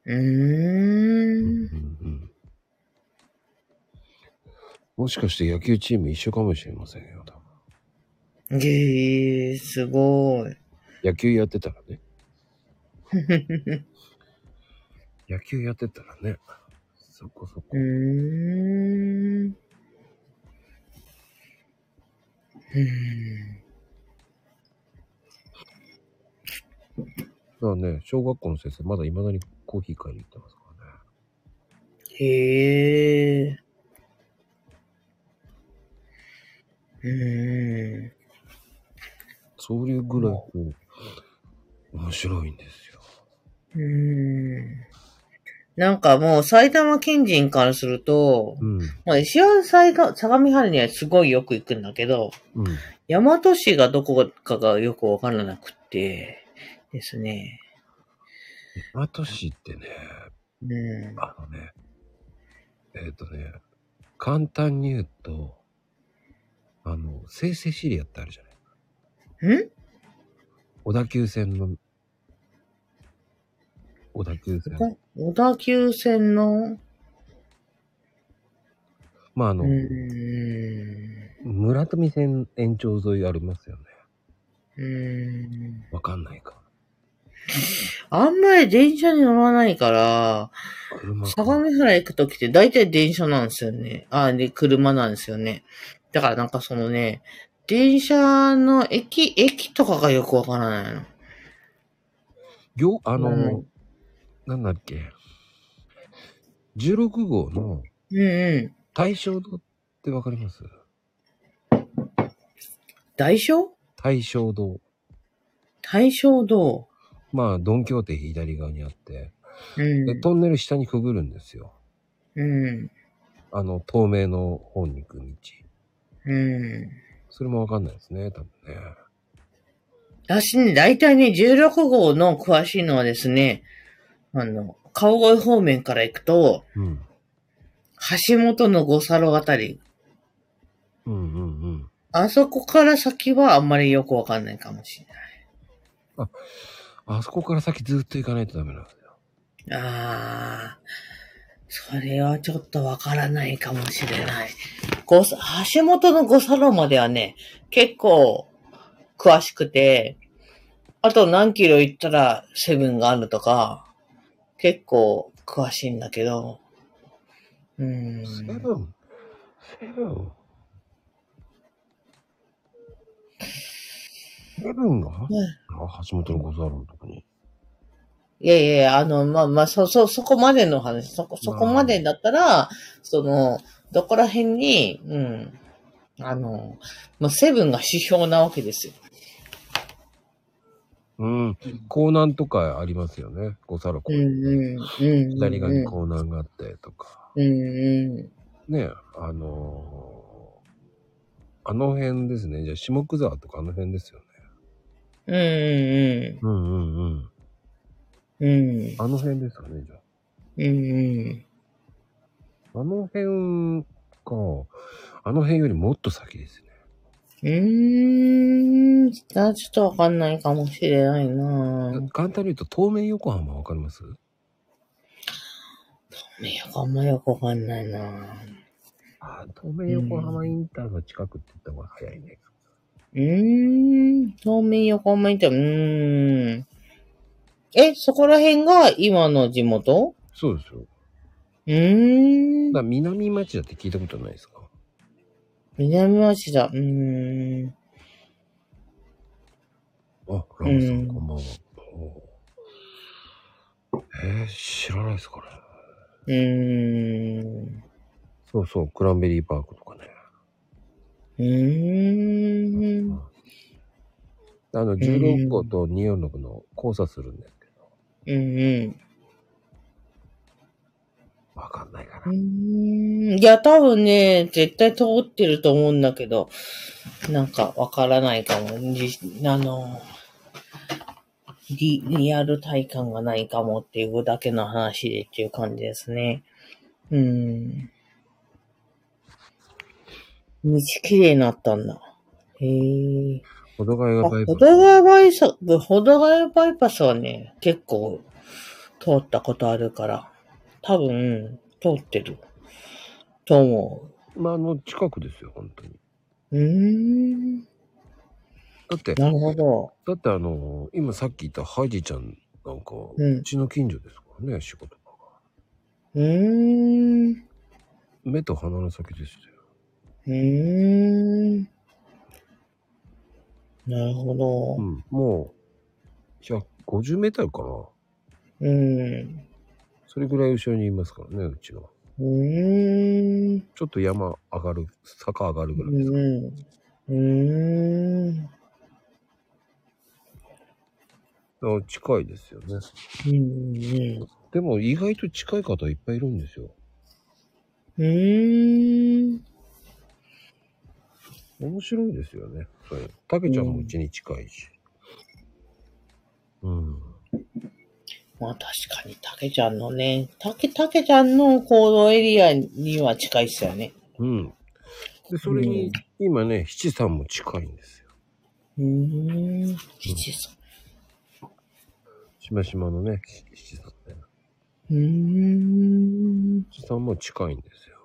ううんーん。うんもしかして野球チーム一緒かもしれませんよ。多分えー、すごい。野球やってたらね。野球やってたらね。そこそこ。うーん。うーん。だからね、小学校の先生、まだ未だにコーヒー買いに行ってますからね。へえ。うーん。そういうぐらいこう、面白いんですよ。うーん。なんかもう埼玉県人からすると、うん。まあ、石原さいが相模原にはすごいよく行くんだけど、うん。大和市がどこかがよくわからなくてですね。大和市ってね、うん。あのね、えっ、とね、簡単に言うと、あの、生成シリアってあるじゃない。ん小田急線の、小田急線。小田急線の、まあ、あうの、ん。村富線延長沿いありますよね。うん。わかんないか。あんまり電車に乗らないから、車か相模原行くときって大体電車なんですよね。あ、で、車なんですよね。だからなんかそのね、電車の駅、駅とかがよくわからないの。行、あの、うんなんだっけ。16号のうんうん。大正堂ってわかります大正大正堂。大正堂。まあ、ドンキョーテ左側にあって、うん。で、トンネル下にくぐるんですよ。うん。あの、透明の方に行く道。うん。それもわかんないですね、多分ね。私ね、大体ね、16号の詳しいのはですね、あの、川越方面から行くと、うん。橋本の五サロあたり、うんうんうん。あそこから先はあんまりよくわかんないかもしあそこから先ずっと行かないとダメなんですよ。れない。あー、それはちょっとわからないかもしれない。五差橋本の五サロまではね、結構詳しくて、あと何キロ行ったらセブンがあるとか、結構詳しいんだけど、うーん。セブンセブンセブンがあうん橋本の五座路のとこに。いやいやいや、あの、まあまあ、そ、そ、そこまでの話、そこ、そこまでだったら、その、どこら辺に、うん、あの、まあ、セブンが指標なわけですよ。うん。港南とかありますよね。五座路。うん、うん、うん。左側に港南があってとか。うん、うねあのーあの辺ですね。じゃあ、下久沢とかあの辺ですよね。ん、ううん、うん、うん。んうんうん。うん。あの辺ですかね、じゃうん。あ。あの辺か。あの辺よりもっと先ですね。うーん。あちょっとわかんないかもしれないなぁ。簡単に言うと、東名横浜わかりますねあんまよくわかんないなぁ。あ、東名横浜インターの近くって言った方が早いね。うーん。東面横浜行ったうーん。え、そこら辺が今の地元そうですよ。うーんだ。南町だって聞いたことないですか南町だ。うーん。あ、ラムさん、うんこんばんは。おーえー、知らないですから。うーん。そうそう、クランベリーパークとかね。うーん。あの、16個と246の交差するんですけど、うんうん。わかんないかうな。ーんいや、多分ね、絶対通ってると思うんだけど、なんかわからないかも。じあの、リリアル体感がないかもっていうだけの話でっていう感じですね。うん。道きれいになったんだ。へえ。保土ヶ谷あバ保イパ土スヶ谷バイパス、保土ヶ谷バイパスはね、結構通ったことあるから、多分、通ってる。と思まあ、あの、近くですよ、本当に。う。うーん。だって、なるほど。だってあの、今さっき言ったハイジちゃんなんか、ううんちの近所ですからね、仕事場が。うーん。う目と鼻の先ですよ。ーん。なるほどう。ん、もう、150メーターかな。うん。それぐらい後ろにいますからね、うちは。うーん。ちょっと山上がる、坂上がるぐらいですか。うん。うーん。あ近いですよね。うん。うんでも意外と近い方いっぱいいるんですよ。うーん。面白いですよね。それ。たけちゃんもうちに近いし。うん。まあ確かに、たけちゃんのね、たけ、たけちゃんの行動エリアには近いっすよね。うん。で、それに、今ね、七さんも近いんですよ。うーん。七さしましまのね、七さんね。ん。うーん。七さんも近いんですよ。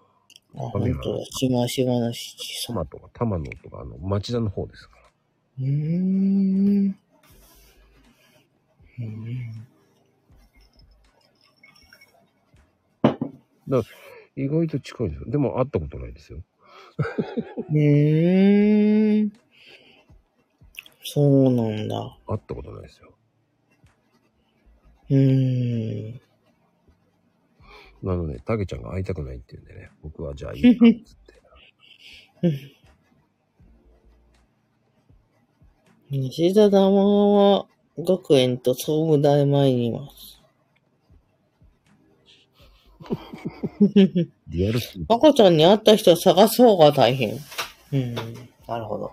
あ、ほんとだ。しましまの七さん。う玉とか玉野とか、あの、町田の方ですから。ーん。うん意外と近いんですよ。でも会ったことないですよ。うーん。そうなんだ。会ったことないですよ。うーん。なので、たけちゃんが会いたくないって言うんでね、僕はじゃあいいかっつって。西田玉川学園と総務大前にいます。リアルすぎて。赤ちゃんに会った人を探す方が大変。うん。なるほど。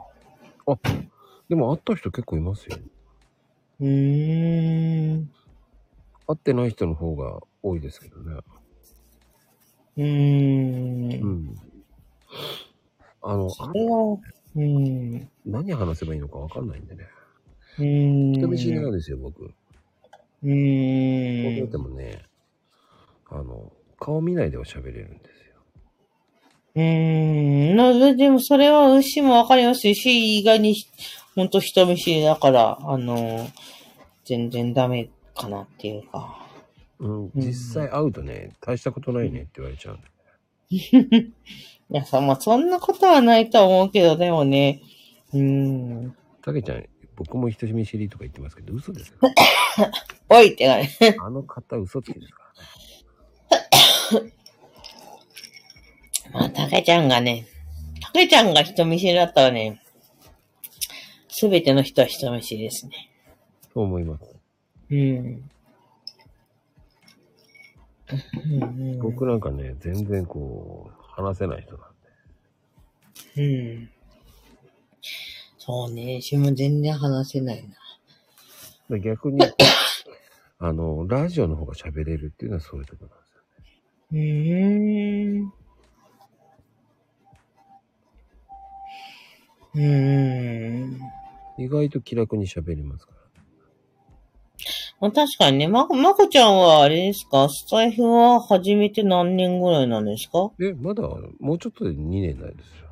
でも会った人結構いますよ。うーん。会ってない人の方が多いですけどね。うー。うんん。あの、それは、うん。う何話せばいいのかわかんないんでね。ーん。人見知りなんですよ、僕。こううー見んて。もね、あの、顔見ないでは喋れるんですよ。うーん。なでも、それは牛もわかりますし、意外に、ほんと人見知りだから、あの、全然ダメかなっていうか。うん、実際会うとね、大したことないねって言われちゃうんで。いや、さ、まあ、そんなことはないとは思うけど、でもね、うーん。たけちゃん、僕も人見知りとか言ってますけど、嘘ですよ。おいって感じ。あの方嘘つきですからね。まあ、たけちゃんがね、たけちゃんが人見知りだったらね、すべての人は人見知りですね。そう思います。うん。うんうん僕なんかね、全然こう、話せない人なんで。うん。そうね、私も全然話せないな。で逆に、あの、ラジオの方が喋れるっていうのはそういうところなんですよ。へえ。うーん。意外と気楽に喋りますから。まあ、確かにね、ま、まこちゃんはあれですかスタイフは始めて何年ぐらいなんですかえ、まだ、もうちょっとで2年ないですよ。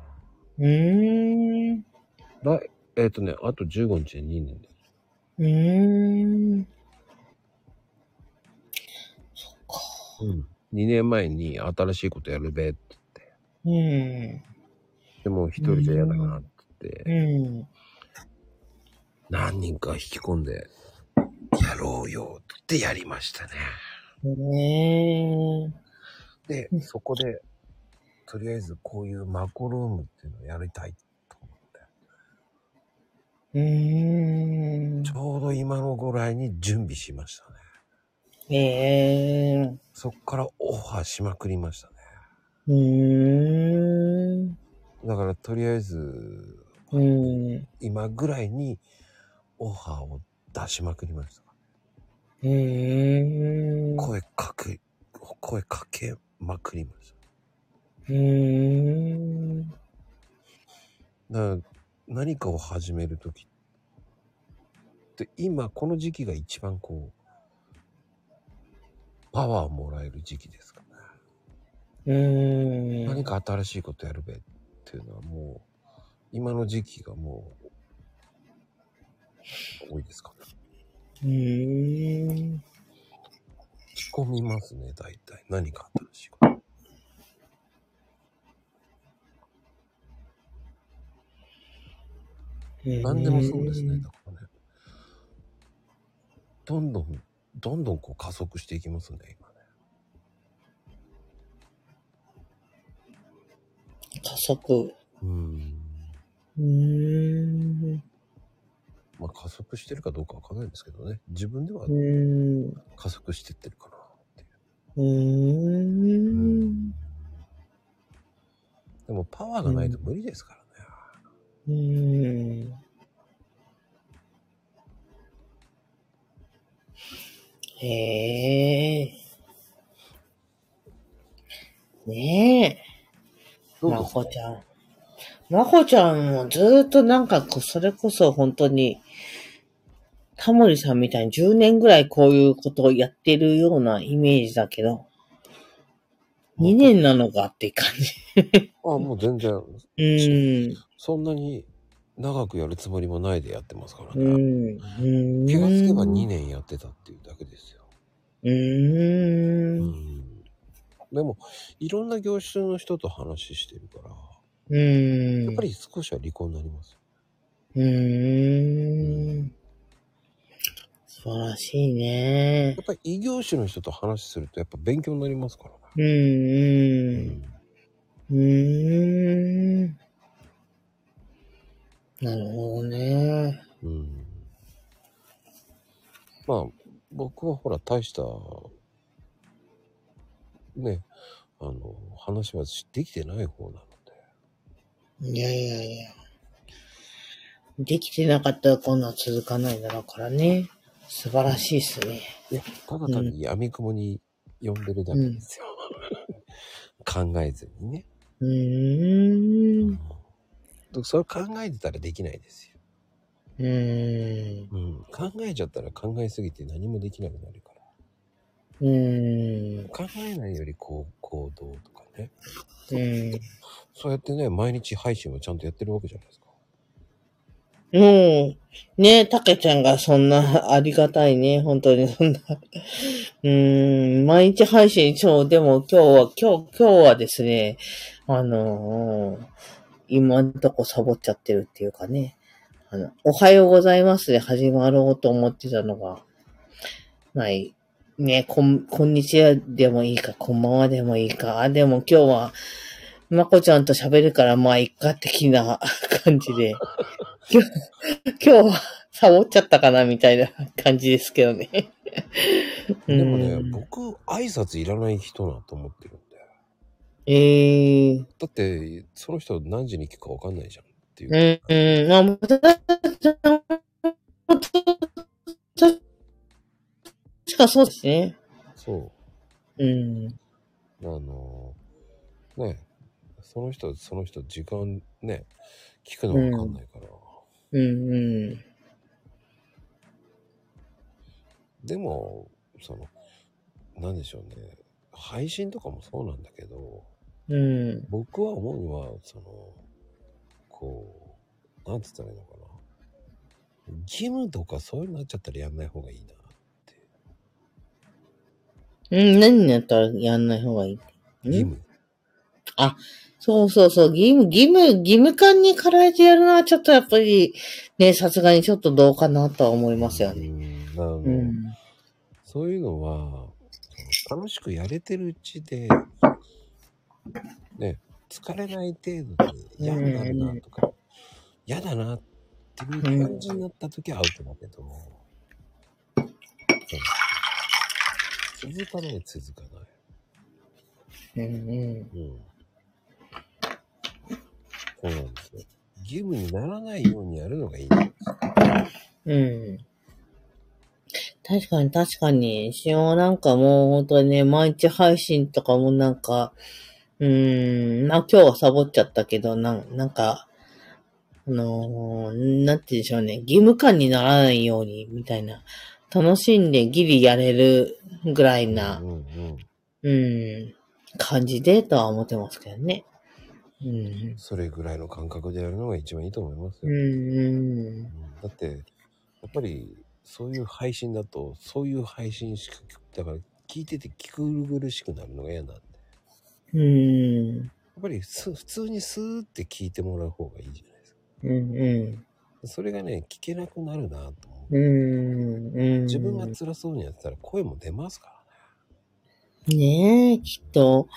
うーん。来、えっ、とね、あと15日で2年です。うーん。うん。2年前に新しいことやるべって言って。うん。でも一人じゃ嫌だなって言って、うん。何人か引き込んで、やろうよってやりましたね。ねで、そこで、とりあえずこういうマコルームっていうのをやりたいと思って、え。うーんち。ょうど今のぐらいに準備しましたね。ええ。そっからオファーしまくりましたね。うーん。だからとりあえず、うん。今ぐらいにオファーを出しまくりました。うーん。声かけ、声かけまくりました。うーん。だから何かを始める時って今この時期が一番こうパワーをもらえる時期ですからね、うーん何。か新しいことやるべっていうのはもう今の時期がもう多いですかねうーん。仕込みますね大体何か新しいこと何でもそうですねだからねどんどんどんどんこう加速していきますね今ね加速。うんうーん。まあ、加速してるかどうかわかんないんですけどね。自分ではうーん。加速してってるかなっていう。うーん。でもパワーがないと無理ですからね。うーん。へえ。ねえ。どまうですこちゃん。まこちゃんもずーっとなんかこう、それこそ本当に、タモリさんみたいに10年ぐらいこういうことをやってるようなイメージだけど、2年なのかっていう感あ、もう全然、じ。そんなに長くやるつもりもないでやってますからうね。ん。うん。気がつけばうん2年やってたっていうだけですよ。うー。うんん。でも、いろんな業種の人と話してるから、うーん。やっぱり少しは離婚になりますよ。うーん。素晴らしいねや。っぱり異業種の人と話するとやっぱ勉強になりますからね。うーん。うーん。なるほどね。うんまあ、僕はほら、大した、ね、あの、話はしできてない方なので。いやいやいや。できてなかったらこんなん続かないだろうからね。素晴らしいっすね。いや、ただ単に闇雲に呼んでるだけですよ。 考えずにね。うーん。うんそれ考えてたらできないですよ。うーん。うん、考えちゃったら考えすぎて何もできなくなるから。うーん。考えないよりこう行動とかね。うん。そうやってね、毎日配信をちゃんとやってるわけじゃないですか。もう、ね、たけちゃんがそんな、ありがたいね、本当にそ んな。うーん、毎日配信、そう、でも今日は、今日、今日はですね、あのー今んとこサボっちゃってるっていうかね、あの、おはようございますで始まろうと思ってたのが、ない、ね、こん、こんにちはでもいいか、こんばんはでもいいか、あ、でも今日は、まこちゃんと喋るから、まあ、いっか、的な感じで。今日はサボっちゃったかなみたいな感じですけどね。でもね、うん僕、挨拶いらない人だと思ってるんで。ええだって、その人何時に聞くかわかんないじゃんっていう。うん、うん、まあ、また、確確かそうですね。そうん。う。あのーね、その人、その人、時間ね、聞くのわかんないから。うんうん。でも、その、なんでしょうね。配信とかもそうなんだけど、うん。僕は思うには、その、こう、なんつったらいいのかな。義務とかそういうのになっちゃったらやんない方がいいな。うん、何になったらやんない方がいい。義務。そうそうそう、義務、義務、義務感に駆られてやるのはちょっとやっぱり、ね、さすがにちょっとどうかなとは思いますようね。ん。あの、うん。そういうのは、その楽しくやれてるうちで、ね、疲れない程度で嫌になるなとか、嫌だなっていう感じになった時はアウトだけど、そう続かない、続かない。うんうん。うん。そうなんですよ。義務にならないようにやるのがいいんです。うん。確かに確かに、しおなんかもう本当にね、毎日配信とかもなんか、うーん、な、今日はサボっちゃったけど、なん、なんか、あのーなんて言うんでしょうね、義務感にならないように、みたいな。楽しんでギリやれるぐらいなう、んうん。うん、感じでとは思ってますけどね。うん。それぐらいの感覚でやるのが一番いいと思いますうよ。ん、うんだって、やっぱり、そういう配信だと、そういう配信しか、だから聞いてて聞く苦しくなるのが嫌なんで。うん。うん。やっぱりす、普通にスーって聞いてもらう方がいいじゃないですか。うん、うん。それがね、聞けなくなるなと思う。うんうん自分が辛そうにやってたら声も出ますからね。ねえ、きっと、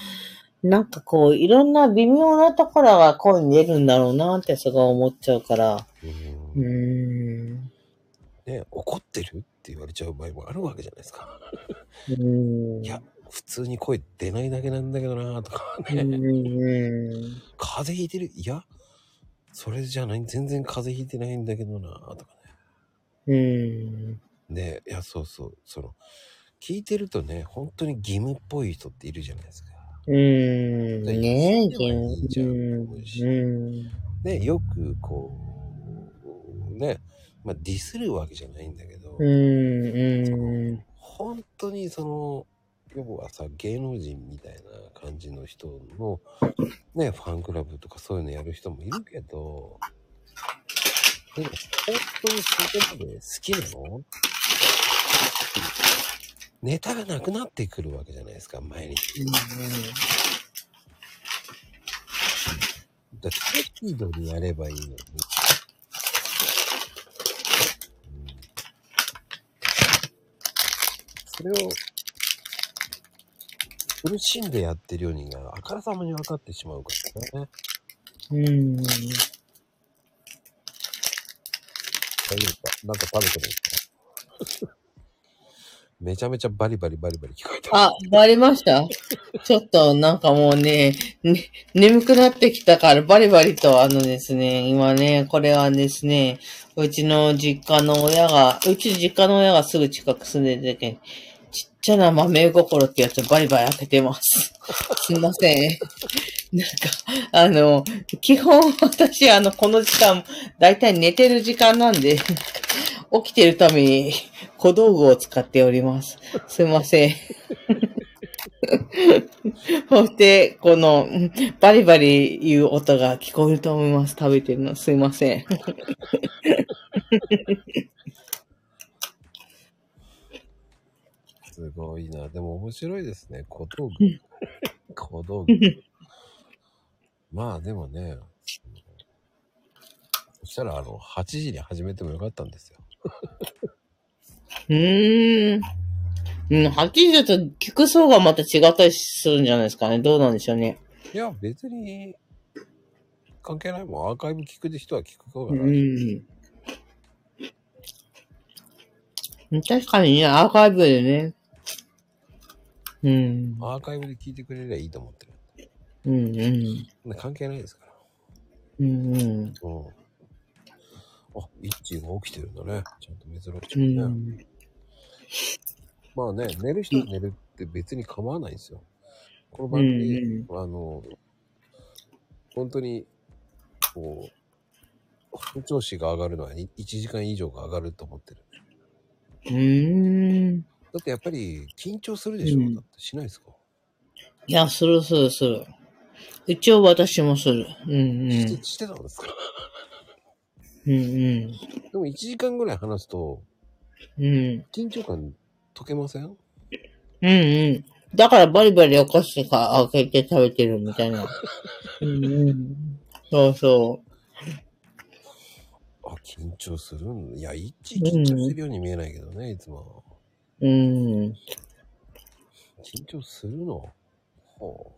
なんかこう、いろんな微妙なところが声に出るんだろうなってすごい思っちゃうから。うんうーん。ね、怒ってるって言われちゃう場合もあるわけじゃないですか。うーん。いや、普通に声出ないだけなんだけどなとかうね、んう風邪ひいてるいや、それじゃない、全然風邪ひいてないんだけどなとかん。うん。ね。ね、いや、そうそう、その、聞いてるとね、本当に義務っぽい人っているじゃないですか。うん。ねえ、いやいいじゃんうん。うん。ね、よくこう、ね、まあディスるわけじゃないんだけど、うん。う本当にその要はさ芸能人みたいな感じの人のねファンクラブとかそういうのやる人もいるけどでも本当にそこまで好きなのネタがなくなってくるわけじゃないですか毎日ん。だって適度にやればいいのに、うんそれを苦しんでやってるようにがあからさまに分かってしまうからねうん。大丈夫かなんか食べてるんですか めちゃめちゃバリバリバリバリ聞こえたあ、バレましたちょっとなんかもうねね、眠くなってきたからバリバリとあのですね、今ね、これはですね、うちの実家の親が、うち実家の親がすぐ近く住んでてけん、ちっちゃな豆心ってやつをバリバリ開けてます。 すいません。なんか、あの、基本私あの、この時間、だいたい寝てる時間なんで、 起きてるために小道具を使っております。すいません。そして、この、うんバリバリいう音が聞こえると思います。食べてるの。すいません。すごいな。でも面白いですね。小道具。小道 具。まあでもね、そしたらあの、8時に始めてもよかったんですよ。うーん。うん、はっきり言うと、聞く層がまた違ったりするんじゃないですかね。どうなんでしょうね。いや、別に、関係ないもん。アーカイブ聞く人は聞く方うがない。ん。確かにね、アーカイブでね。うん。アーカイブで聞いてくれればいいと思ってうんうん。る。関係ないですから。うんうん。うん。あ、イッチーが起きてるんだね。ちゃんと珍しういね。ん。ままあね、寝る人は寝るって別に構わないんですよ。この番う組ん、あの、本当に、こう、本調子が上がるのは1時間以上が上がると思ってる。うーん。だってやっぱり緊張するでしょ、うんだってしないですか、いや、するするする。一応私もする。うんししてたんですかうん。うんでも1時間ぐらい話すとうん。うん緊張感解けませんうんうん。だからバリバリ起こしてか開けて食べてるみたいな。うんうん。そうそあ、緊張するんいや、いちいち緊張してるように見えないけどね、いつも。う。うん。緊張するのほ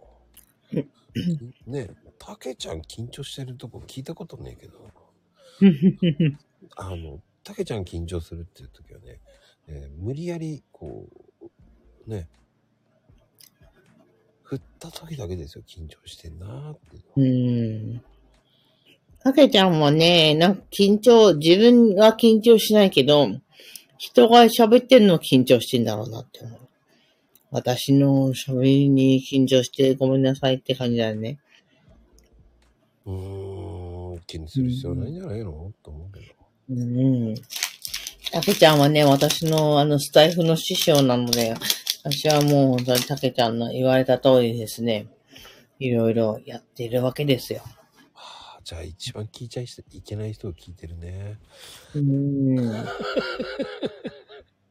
う。ねえ、たけちゃん緊張してるとこ聞いたことねえけど。 あの、たけちゃん緊張するっていう時はね、えー無理やり、こう、ね、振った時だけですよ、緊張してんなーっていうのは。うん。かけちゃんもね、なんか緊張、自分は緊張しないけど、人が喋ってるの緊張してんだろうなって思う。私の喋りに緊張してごめんなさいって感じだよね。うーん、気にする必要ないんじゃないの、と思うけど。うん。たけちゃんはね、私のあのスタイフの師匠なので、私はもう本当にたけちゃんの言われた通りですね、いろいろやってるわけですよ。はあ、じゃあ一番聞いちゃいしいけない人を聞いてるね。うん。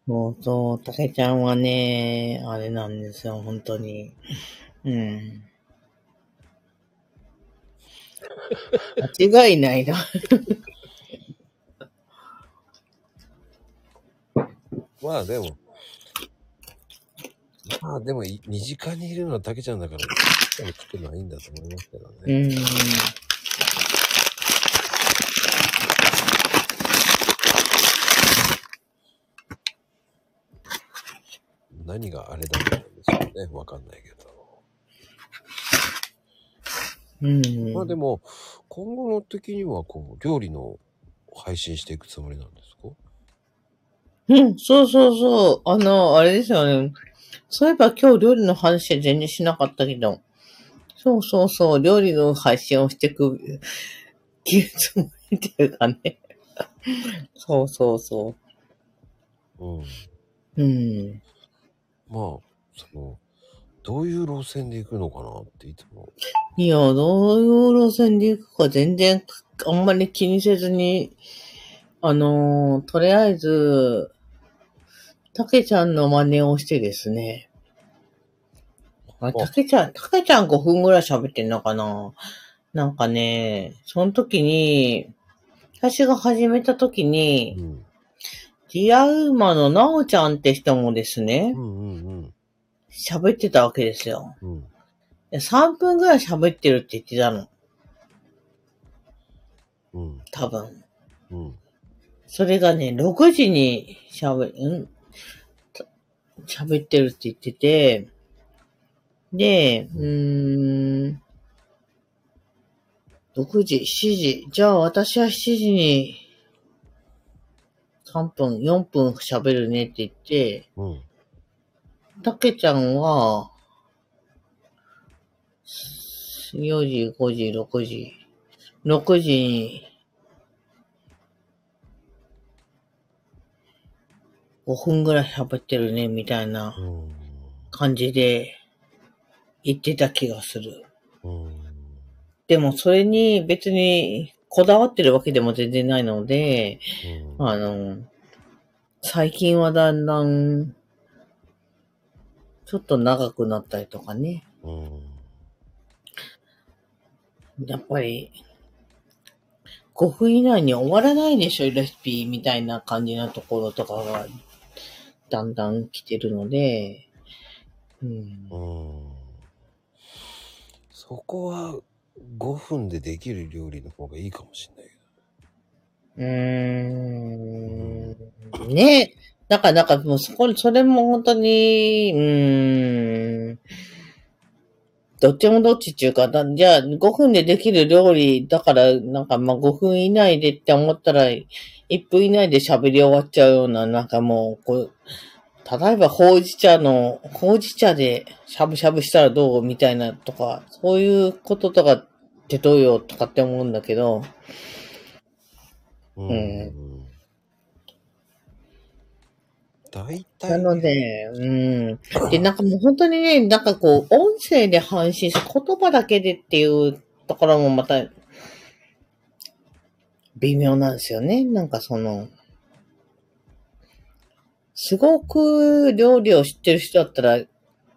そうそう、たけちゃんはね、あれなんですよ、本当に。うん。間違いないな。まあでも、まあでもい、身近にいるのはたけちゃんだから、聞くのはいいんだと思いますけどうね。ん。何があれだったんでしょうね。わかんないけど。うん。まあでも、今後の的には、こう、料理の配信していくつもりなんですかうん、そうそうそう。あの、あれですよね。そういえば今日料理の話全然しなかったけど。そうそうそう。料理の配信をしていく、 気つもりっていうかね。 そうそうそうん。う。うん。まあ、その、どういう路線で行くのかなっていつも。いや、どういう路線で行くか全然、あんまり気にせずに、あのとりあえず、たけちゃんの真似をしてですね。あ、たけちゃん、たけちゃん5分ぐらい喋ってんのかななんかね、その時に、私が始めた時にう、ん。ディアウーマのなおちゃんって人もですねう、んうんうん。喋ってたわけですよ。うん。で3分ぐらい喋ってるって言ってたの、うん。多分。うん。それがね、6時に喋、んた喋ってるって言ってて、で、うーん、6時、7時。じゃあ私は7時に3分、4分喋るねって言って、うん。たけちゃんは、4時、5時、6時、6時に、5分ぐらい喋ってるね、みたいなうん。感じで言ってた気がする。うん。でもそれに別にこだわってるわけでも全然ないので、うんあの、最近はだんだん、ちょっと長くなったりとかね。うんやっぱり、5分以内に終わらないでしょ、レシピみたいな感じのところとかが、だんだん来てるので、うん。うんそこは5分でできる料理の方がいいかもしれないけうーん。ね。だから、なんかもうそこ、それも本当に、うーん。どっちもどっちっていうか、だじゃあ5分でできる料理だから、なんかまあ5分以内でって思ったら、1分以内で喋り終わっちゃうような、なんかもう、こう、ただいまほうじ茶の、ほうじ茶でしゃぶしゃぶしたらどうみたいなとか、そういうこととかってどうよとかって思うんだけど、うんえ大な体、ので、うん。で、なんかもう本当にね、なんかこう、音声で配信して言葉だけでっていうところもまた、微妙なんですよね。なんかその、すごく料理を知ってる人だったら、1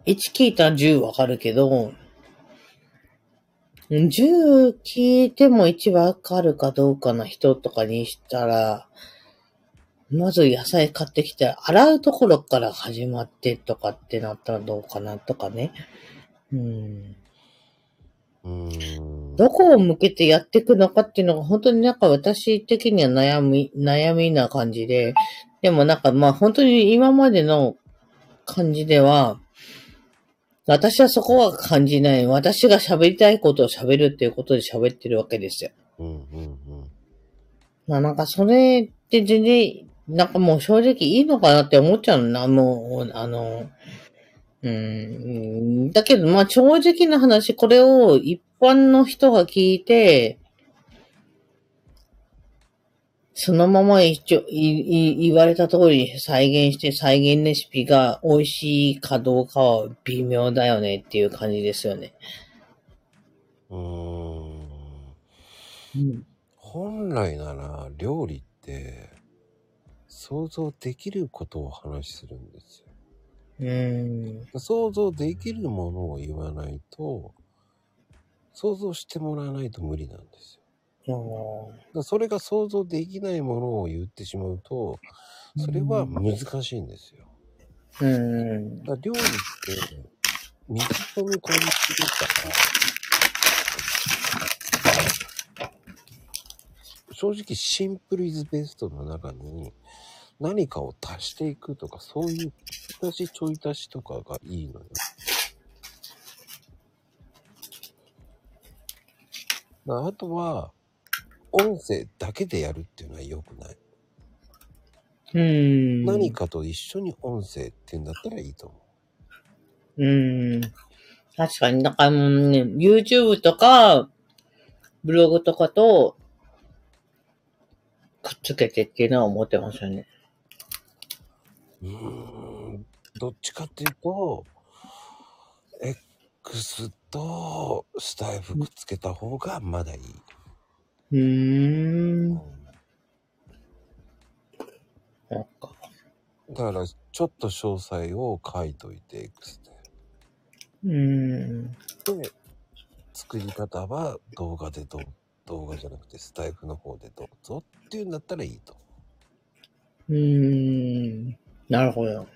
聞いたら10わかるけど、10聞いても1わかるかどうかな人とかにしたら、まず野菜買ってきて、洗うところから始まってとかってなったらどうかなとかね。うん。うん。どこを向けてやっていくのかっていうのが本当になんか私的には悩み、悩みな感じで、でもなんかまあ本当に今までの感じでは、私はそこは感じない。私が喋りたいことを喋るっていうことで喋ってるわけですよ。うんうんまあなんかそれって全然、なんかもう正直いいのかなって思っちゃうな、もう、あの、うん、だけどまあ正直な話、これを一般の人が聞いて、そのまま一応、い、い、言われた通りに再現して、再現レシピが美味しいかどうかは微妙だよねっていう感じですよね。うん。うん。うん。本来なら料理って想像できることを話しするんですよ。うん。想像できるものを言わないと、想像してもらわないと無理なんですよ。もだからそれが想像できないものを言ってしまうと、それは難しいんですよ。う、うん。だから料理って、水込み込みするから、正直シンプルイズベストの中に何かを足していくとか、そういう足しちょい足しとかがいいのよ。まああとは、音声だけでやるっていうのは良くない。うん。何かと一緒に音声っていうんだったらいいと思う。うーん。確かに、なんかもうね、YouTube とか、ブログとかと、くっつけてっていうのは思ってますよね。うーんどっちかっていうと、X とスタイフくっつけた方がまだいい。うーん。なんか、だから、ちょっと詳細を書いといて、X うーん。で。で、作り方は動画でどう、動画じゃなくてスタイフの方でどうぞっていうんだったらいいと。うーん。なるほど。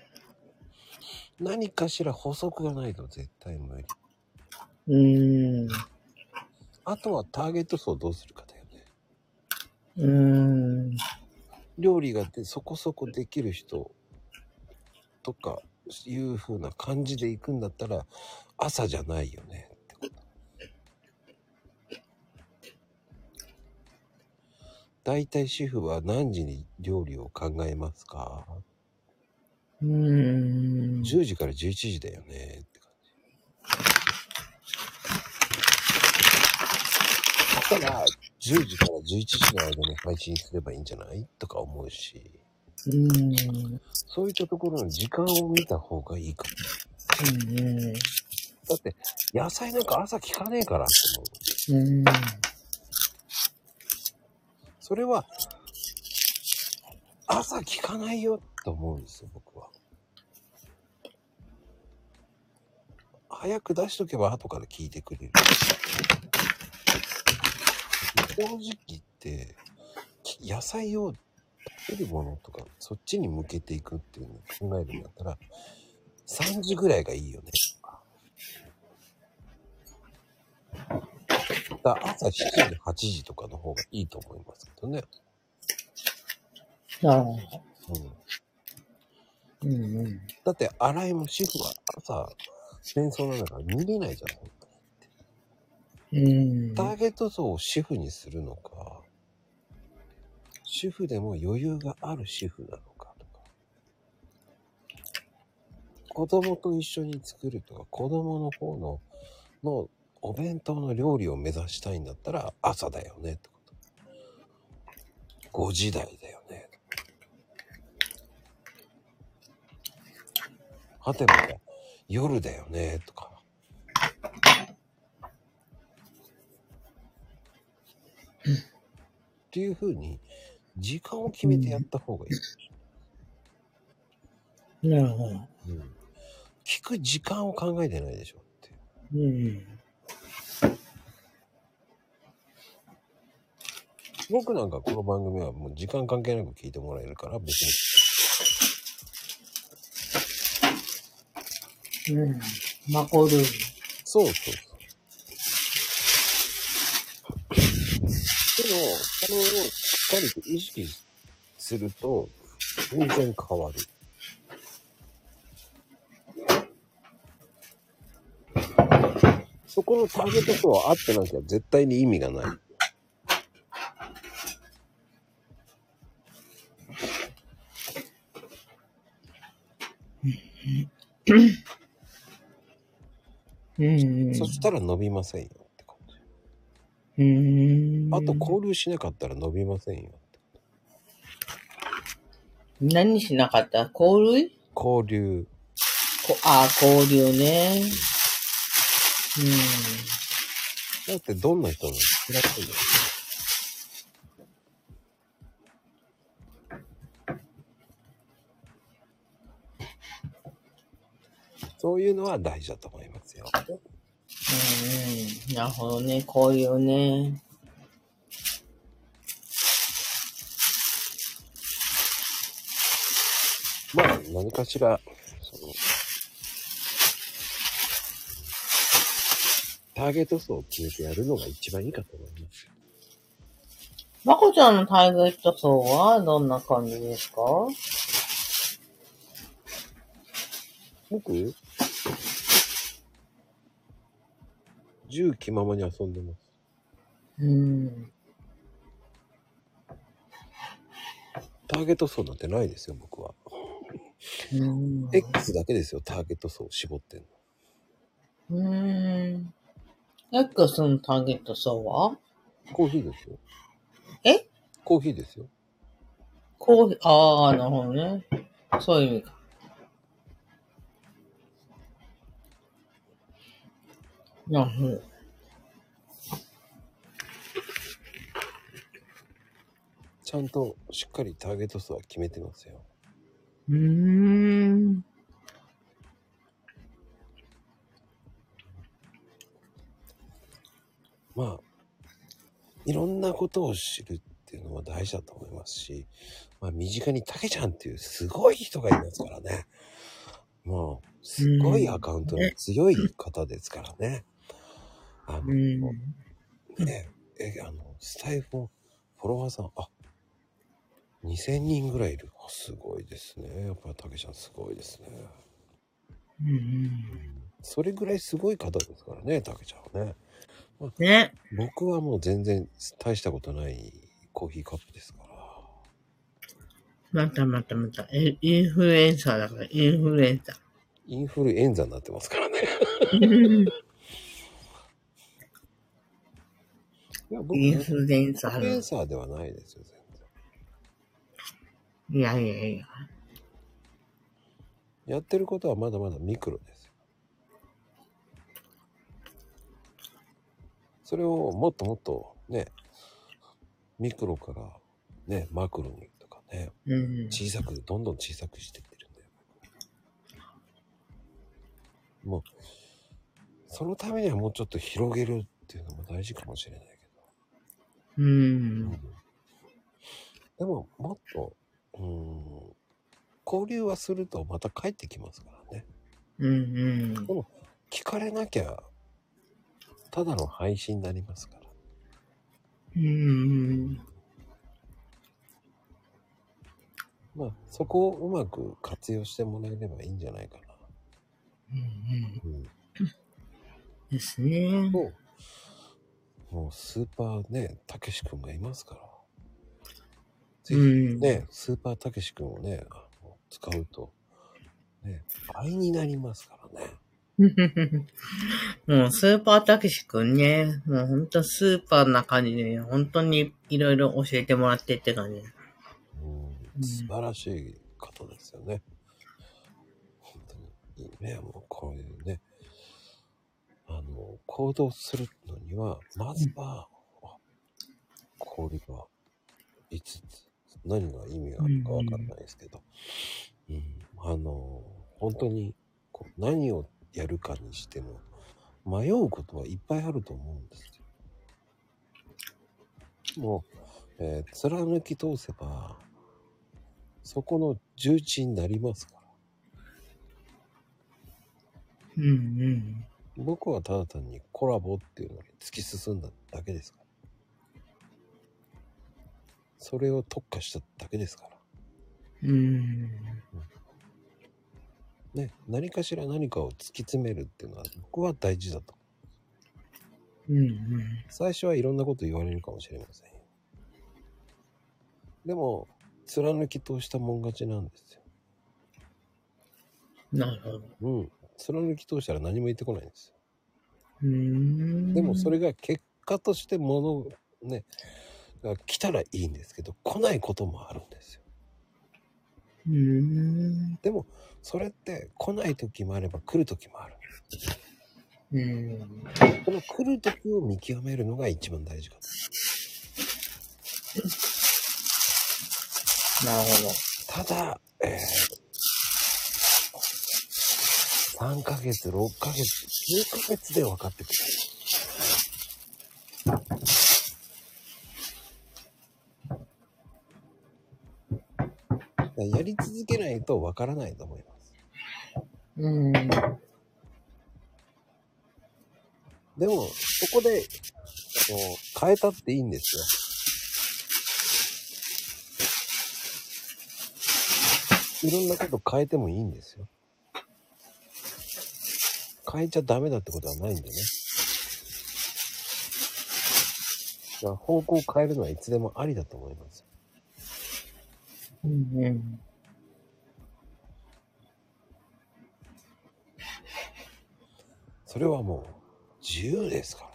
何かしら補足がないと絶対無理。うーん。うあとはターゲット層どうするかだよね。ーん。料理がでそこそこできる人とかいう風な感じで行くんだったら朝じゃないよねってこと大体主婦は何時に料理を考えますかうーん。 10時から11時だよねって感じだから10時から11時の間に配信すればいいんじゃないとか思うしうーん。そういったところの時間を見た方がいいかも。うだって、野菜なんか朝聞かねえからって思う。ーん。それは、朝聞かないよと思うんですよ、僕は。早く出しとけば後から聞いてくれる。正直言って、き野菜を食べるものとか、そっちに向けていくっていうのを考えるんだったら、3時ぐらいがいいよね。だから朝7時、8時とかの方がいいと思いますけどね。なるほうん、ど。うんうん。だって、洗いも主婦は朝、戦争なんだから見れないじゃん。うーん。ターゲット層を主婦にするのか、主婦でも余裕がある主婦なのかとか。子供と一緒に作るとか、子供の方の、のお弁当の料理を目指したいんだったら朝だよねってこと。5時台だよね。はてまた夜だよねとか。っていうふうに時間を決めてやった方がいい。なるほど。うん聞く時間を考えてないでしょって。うん。僕なんかこの番組はもう時間関係なく聞いてもらえるから別に。うん。マコルーム。そうそうそう。でも、それをしっかりと意識すると、全然変わる。そこのターゲットとは合ってなきゃ絶対に意味がない。うん。そしたら伸びませんよって感じ。うん。あと交流しなかったら伸びませんよって。何しなかった香類交流。こああ、香流ね。だってどんな人も嫌いなんだよ。そういうのは大事だと思いますよ。うん。うん。なるほどね。香流ね。まあ、何かしら、その、ターゲット層を決めてやるのが一番いいかと思いますよ。まこちゃんのタイガーット層はどんな感じですか僕、銃気ままに遊んでます。うん。ターゲット層なんてないですよ、僕は。うん。 X だけですよ、ターゲット層を絞ってんの。うん。X のターゲット層はコーヒーですよ。えコーヒーですよ。コーヒー、ああ、なるほどね。そういう意味か。なるほど。ちゃんとしっかりターゲット層は決めてますよ。うーん。まあ、いろんなことを知るっていうのは大事だと思いますし、まあ身近にタケちゃんっていうすごい人がいますからね。もう、すごいアカウントの強い方ですからね。あうの、ん。ね、え、あの、スタイフのフォロワーさん、あ、2000人ぐらいいる。あすごいですね。やっぱりタケちゃんすごいですね。うん。それぐらいすごい方ですからね、たけちゃんはね。ね。僕はもう全然大したことないコーヒーカップですから。またまたまた。えインフルエンサーだから、インフルエンサー。インフルエンザになってますからね。いや、僕、イインンフフルエンサルエンー。サーではないですよ、全然。いやいやいや。やってることはまだまだミクロですよ。それをもっともっとね、ミクロからね、マクロにとかね、うん。小さくどんどん小さくしてってるんだよもうそのためにはもうちょっと広げるっていうのも大事かもしれないけうど、ん。でももっとうん交流はするとまた帰ってきますからねうんうん。聞かれなきゃただの配信になりますからうん。まあそこをうまく活用してもらえればいいんじゃないかな、うん。うん、ですね。もう、もうスーパーね、たけし君がいますから。ぜうひん。ね、スーパーたけし君をね、あの使うと、ね、倍になりますからね。 もうスーパーたけしくんね、もうほんとスーパーな感じで、本当にいろいろ教えてもらってって感じ。うん、素晴らしい方ですよね。本当にいいね、もうこういうね、あの、行動するのには、まずは、あ氷が5つ、何が意味があるかわかんないですけど、うんあの、本当にこう何をやるかにしても、迷うことはいっぱいあると思うんですよ。もう、えー貫き通せば、そこの重鎮になりますから。うんうん。僕はただ単にコラボっていうのに突き進んだだけですから。それを特化しただけですから。うん。ね、何かしら何かを突き詰めるっていうのは僕は大事だと。うんうん。最初はいろんなこと言われるかもしれませんよ。でも、貫き通したもん勝ちなんですよ。なるほど。うん。貫き通したら何も言ってこないんですよ。うーん。でもそれが結果としてものね、が来たらいいんですけど、来ないこともあるんですよ。うーん。でも、それって来ない時もあれば来る時もある。うん。この来る時を見極めるのが一番大事かな。なるほど。ただ、えー、3ヶ月、6ヶ月、9ヶ月で分かってくる。だからやり続けないと分からないと思います。うん。でも、そこで、あの変えたっていいんですよ。いろんなこと変えてもいいんですよ。変えちゃダメだってことはないんでね。だから方向を変えるのはいつでもありだと思いますよ。うんうん。それはもう自由ですから。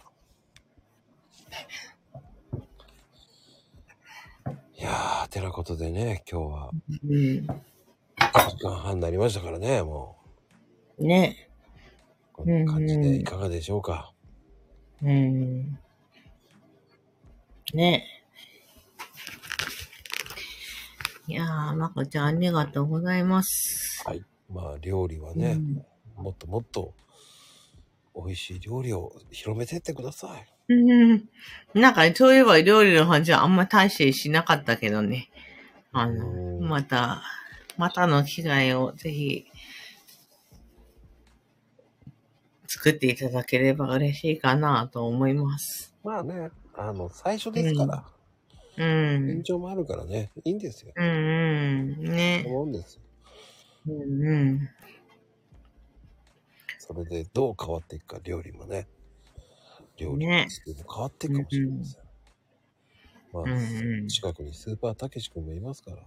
いやー、てなことでね、今日はうん。 1時間半になりましたからね、もね。う。こんな感じうんうんでいかがでしょうか。うん。ね。いやー、まこちゃんありがとうございます。はい。まあ、料理はうね、んもっともっと美味しい料理を広めてってください。うん。なんか、そういえば料理の話はあんま大してしなかったけどね。あの、うんまた、またの機会をぜひ、作っていただければ嬉しいかなと思います。まあね、あの、最初ですから、うん延。長もあるからね、いいんですよ。うんうん。ね。思うんですよ。うんうん。それでどう変わっていくか、料理もね。料理ねのスピードも変わっていくかもしれません。まあ、うんうん近くにスーパーたけし君もいますから、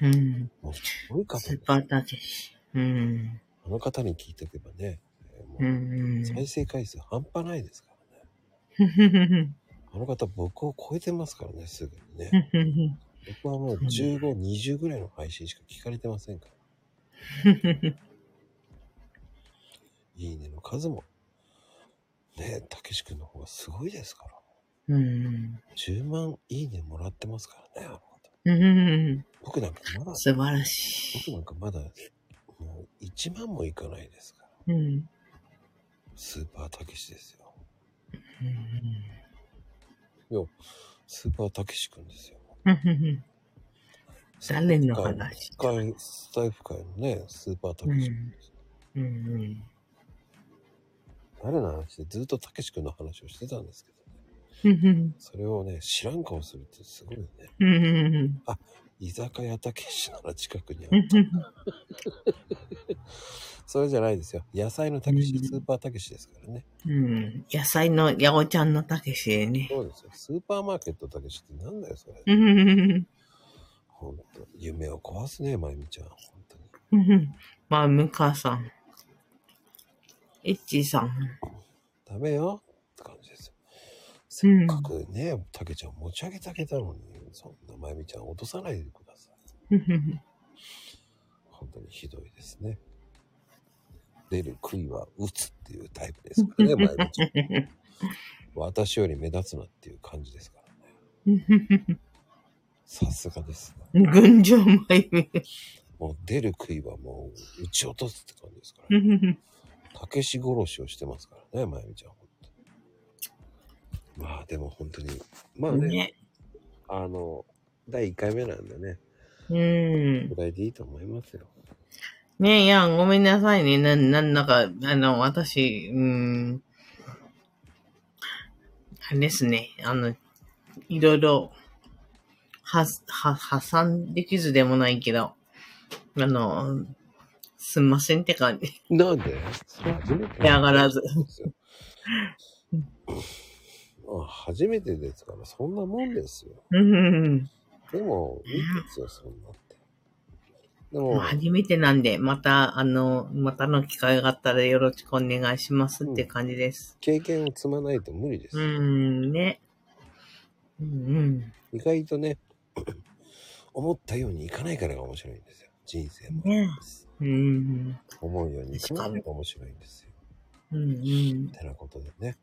うん。もうすごい方スでーパーたけし。うん。あの方に聞いておけばね、えーもううんうん。 再生回数半端ないですからね。あの方僕を超えてますからね、すぐにね。僕はもう15、20ぐらいの配信しか聞かれてませんから。 いいねの数も。ねえ、たけし君の方がすごいですから。うん10万いいねもらってますからね、あの方。うん。僕なんかまだ、素晴らし僕なんかまだ、もう1万もいかないですから。い。うん。スーパーたけしですよ。うんいや、スーパーたけし君ですよ。誰のス話タイフ界スタイフ界のね、スーパーたけし君ですよ。うん誰の話でずっとたけし君の話をしてたんですけどね。うんそれをね、知らん顔するってすごいね。うん居酒屋たけしなら近くにあうる。んそれじゃないですよ。野菜のたけしう、んスーパーたけしですからね。うん野菜の八百ちゃんのたけしでね。そうですよ。スーパーマーケットたけしってなんだよ、それ。うんほんと、夢を壊すね、まゆみちゃん。本当に。うんまあ、ムカさん。エッチーさん。ダメよって感じですよ。うせっん。かくね、たけちゃん持ち上げてあげたのに、そんなまゆみちゃん落とさないでください。本当にひどいですね。出る杭は打つっていうタイプですからね、まゆみ ちゃん。私より目立つなっていう感じですからね。さすがですね。群青まゆみ。もう出る杭はもう打ち落とすって感じですから、うね。んたけし殺しをしてますからね、まゆみちゃん。本当にまあでも本当に、まあね、ね。あの、第1回目なんでね、うん。ぐらいでいいと思いますよ。ねえ、いやん、ごめんなさいね。な、なんだか、あの、私、うーん。あれですね。あの、いろいろ、は、は、破産できずでもないけど、あの、すんませんって感じ。なんでそれ初めて嫌がらず。ですよ。まあ初めてですから、そんなもんですよ。うん。でも、いいですよ、そんなって。でもうも、初めてなんで、また、あの、またの機会があったらよろしくお願いしますって感じです。経験を積まないと無理ですうよ。ん、ね。うん、意外とね、 思ったようにいかないからが面白いんですよ。人生も。ねうん。うん、思うようにいかないのが面白いんですよ。うん、うん。てなことでね、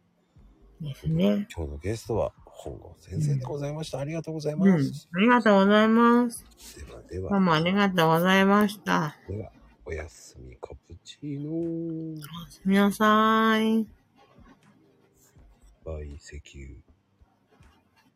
ですね。今日のゲストは本郷先生でございました。ありがとうございまうん。あす。りがとうございます。ではでは。どうもありがとうございました。では、おやすみカプチーノー。おやすみなさい。バイセキュー。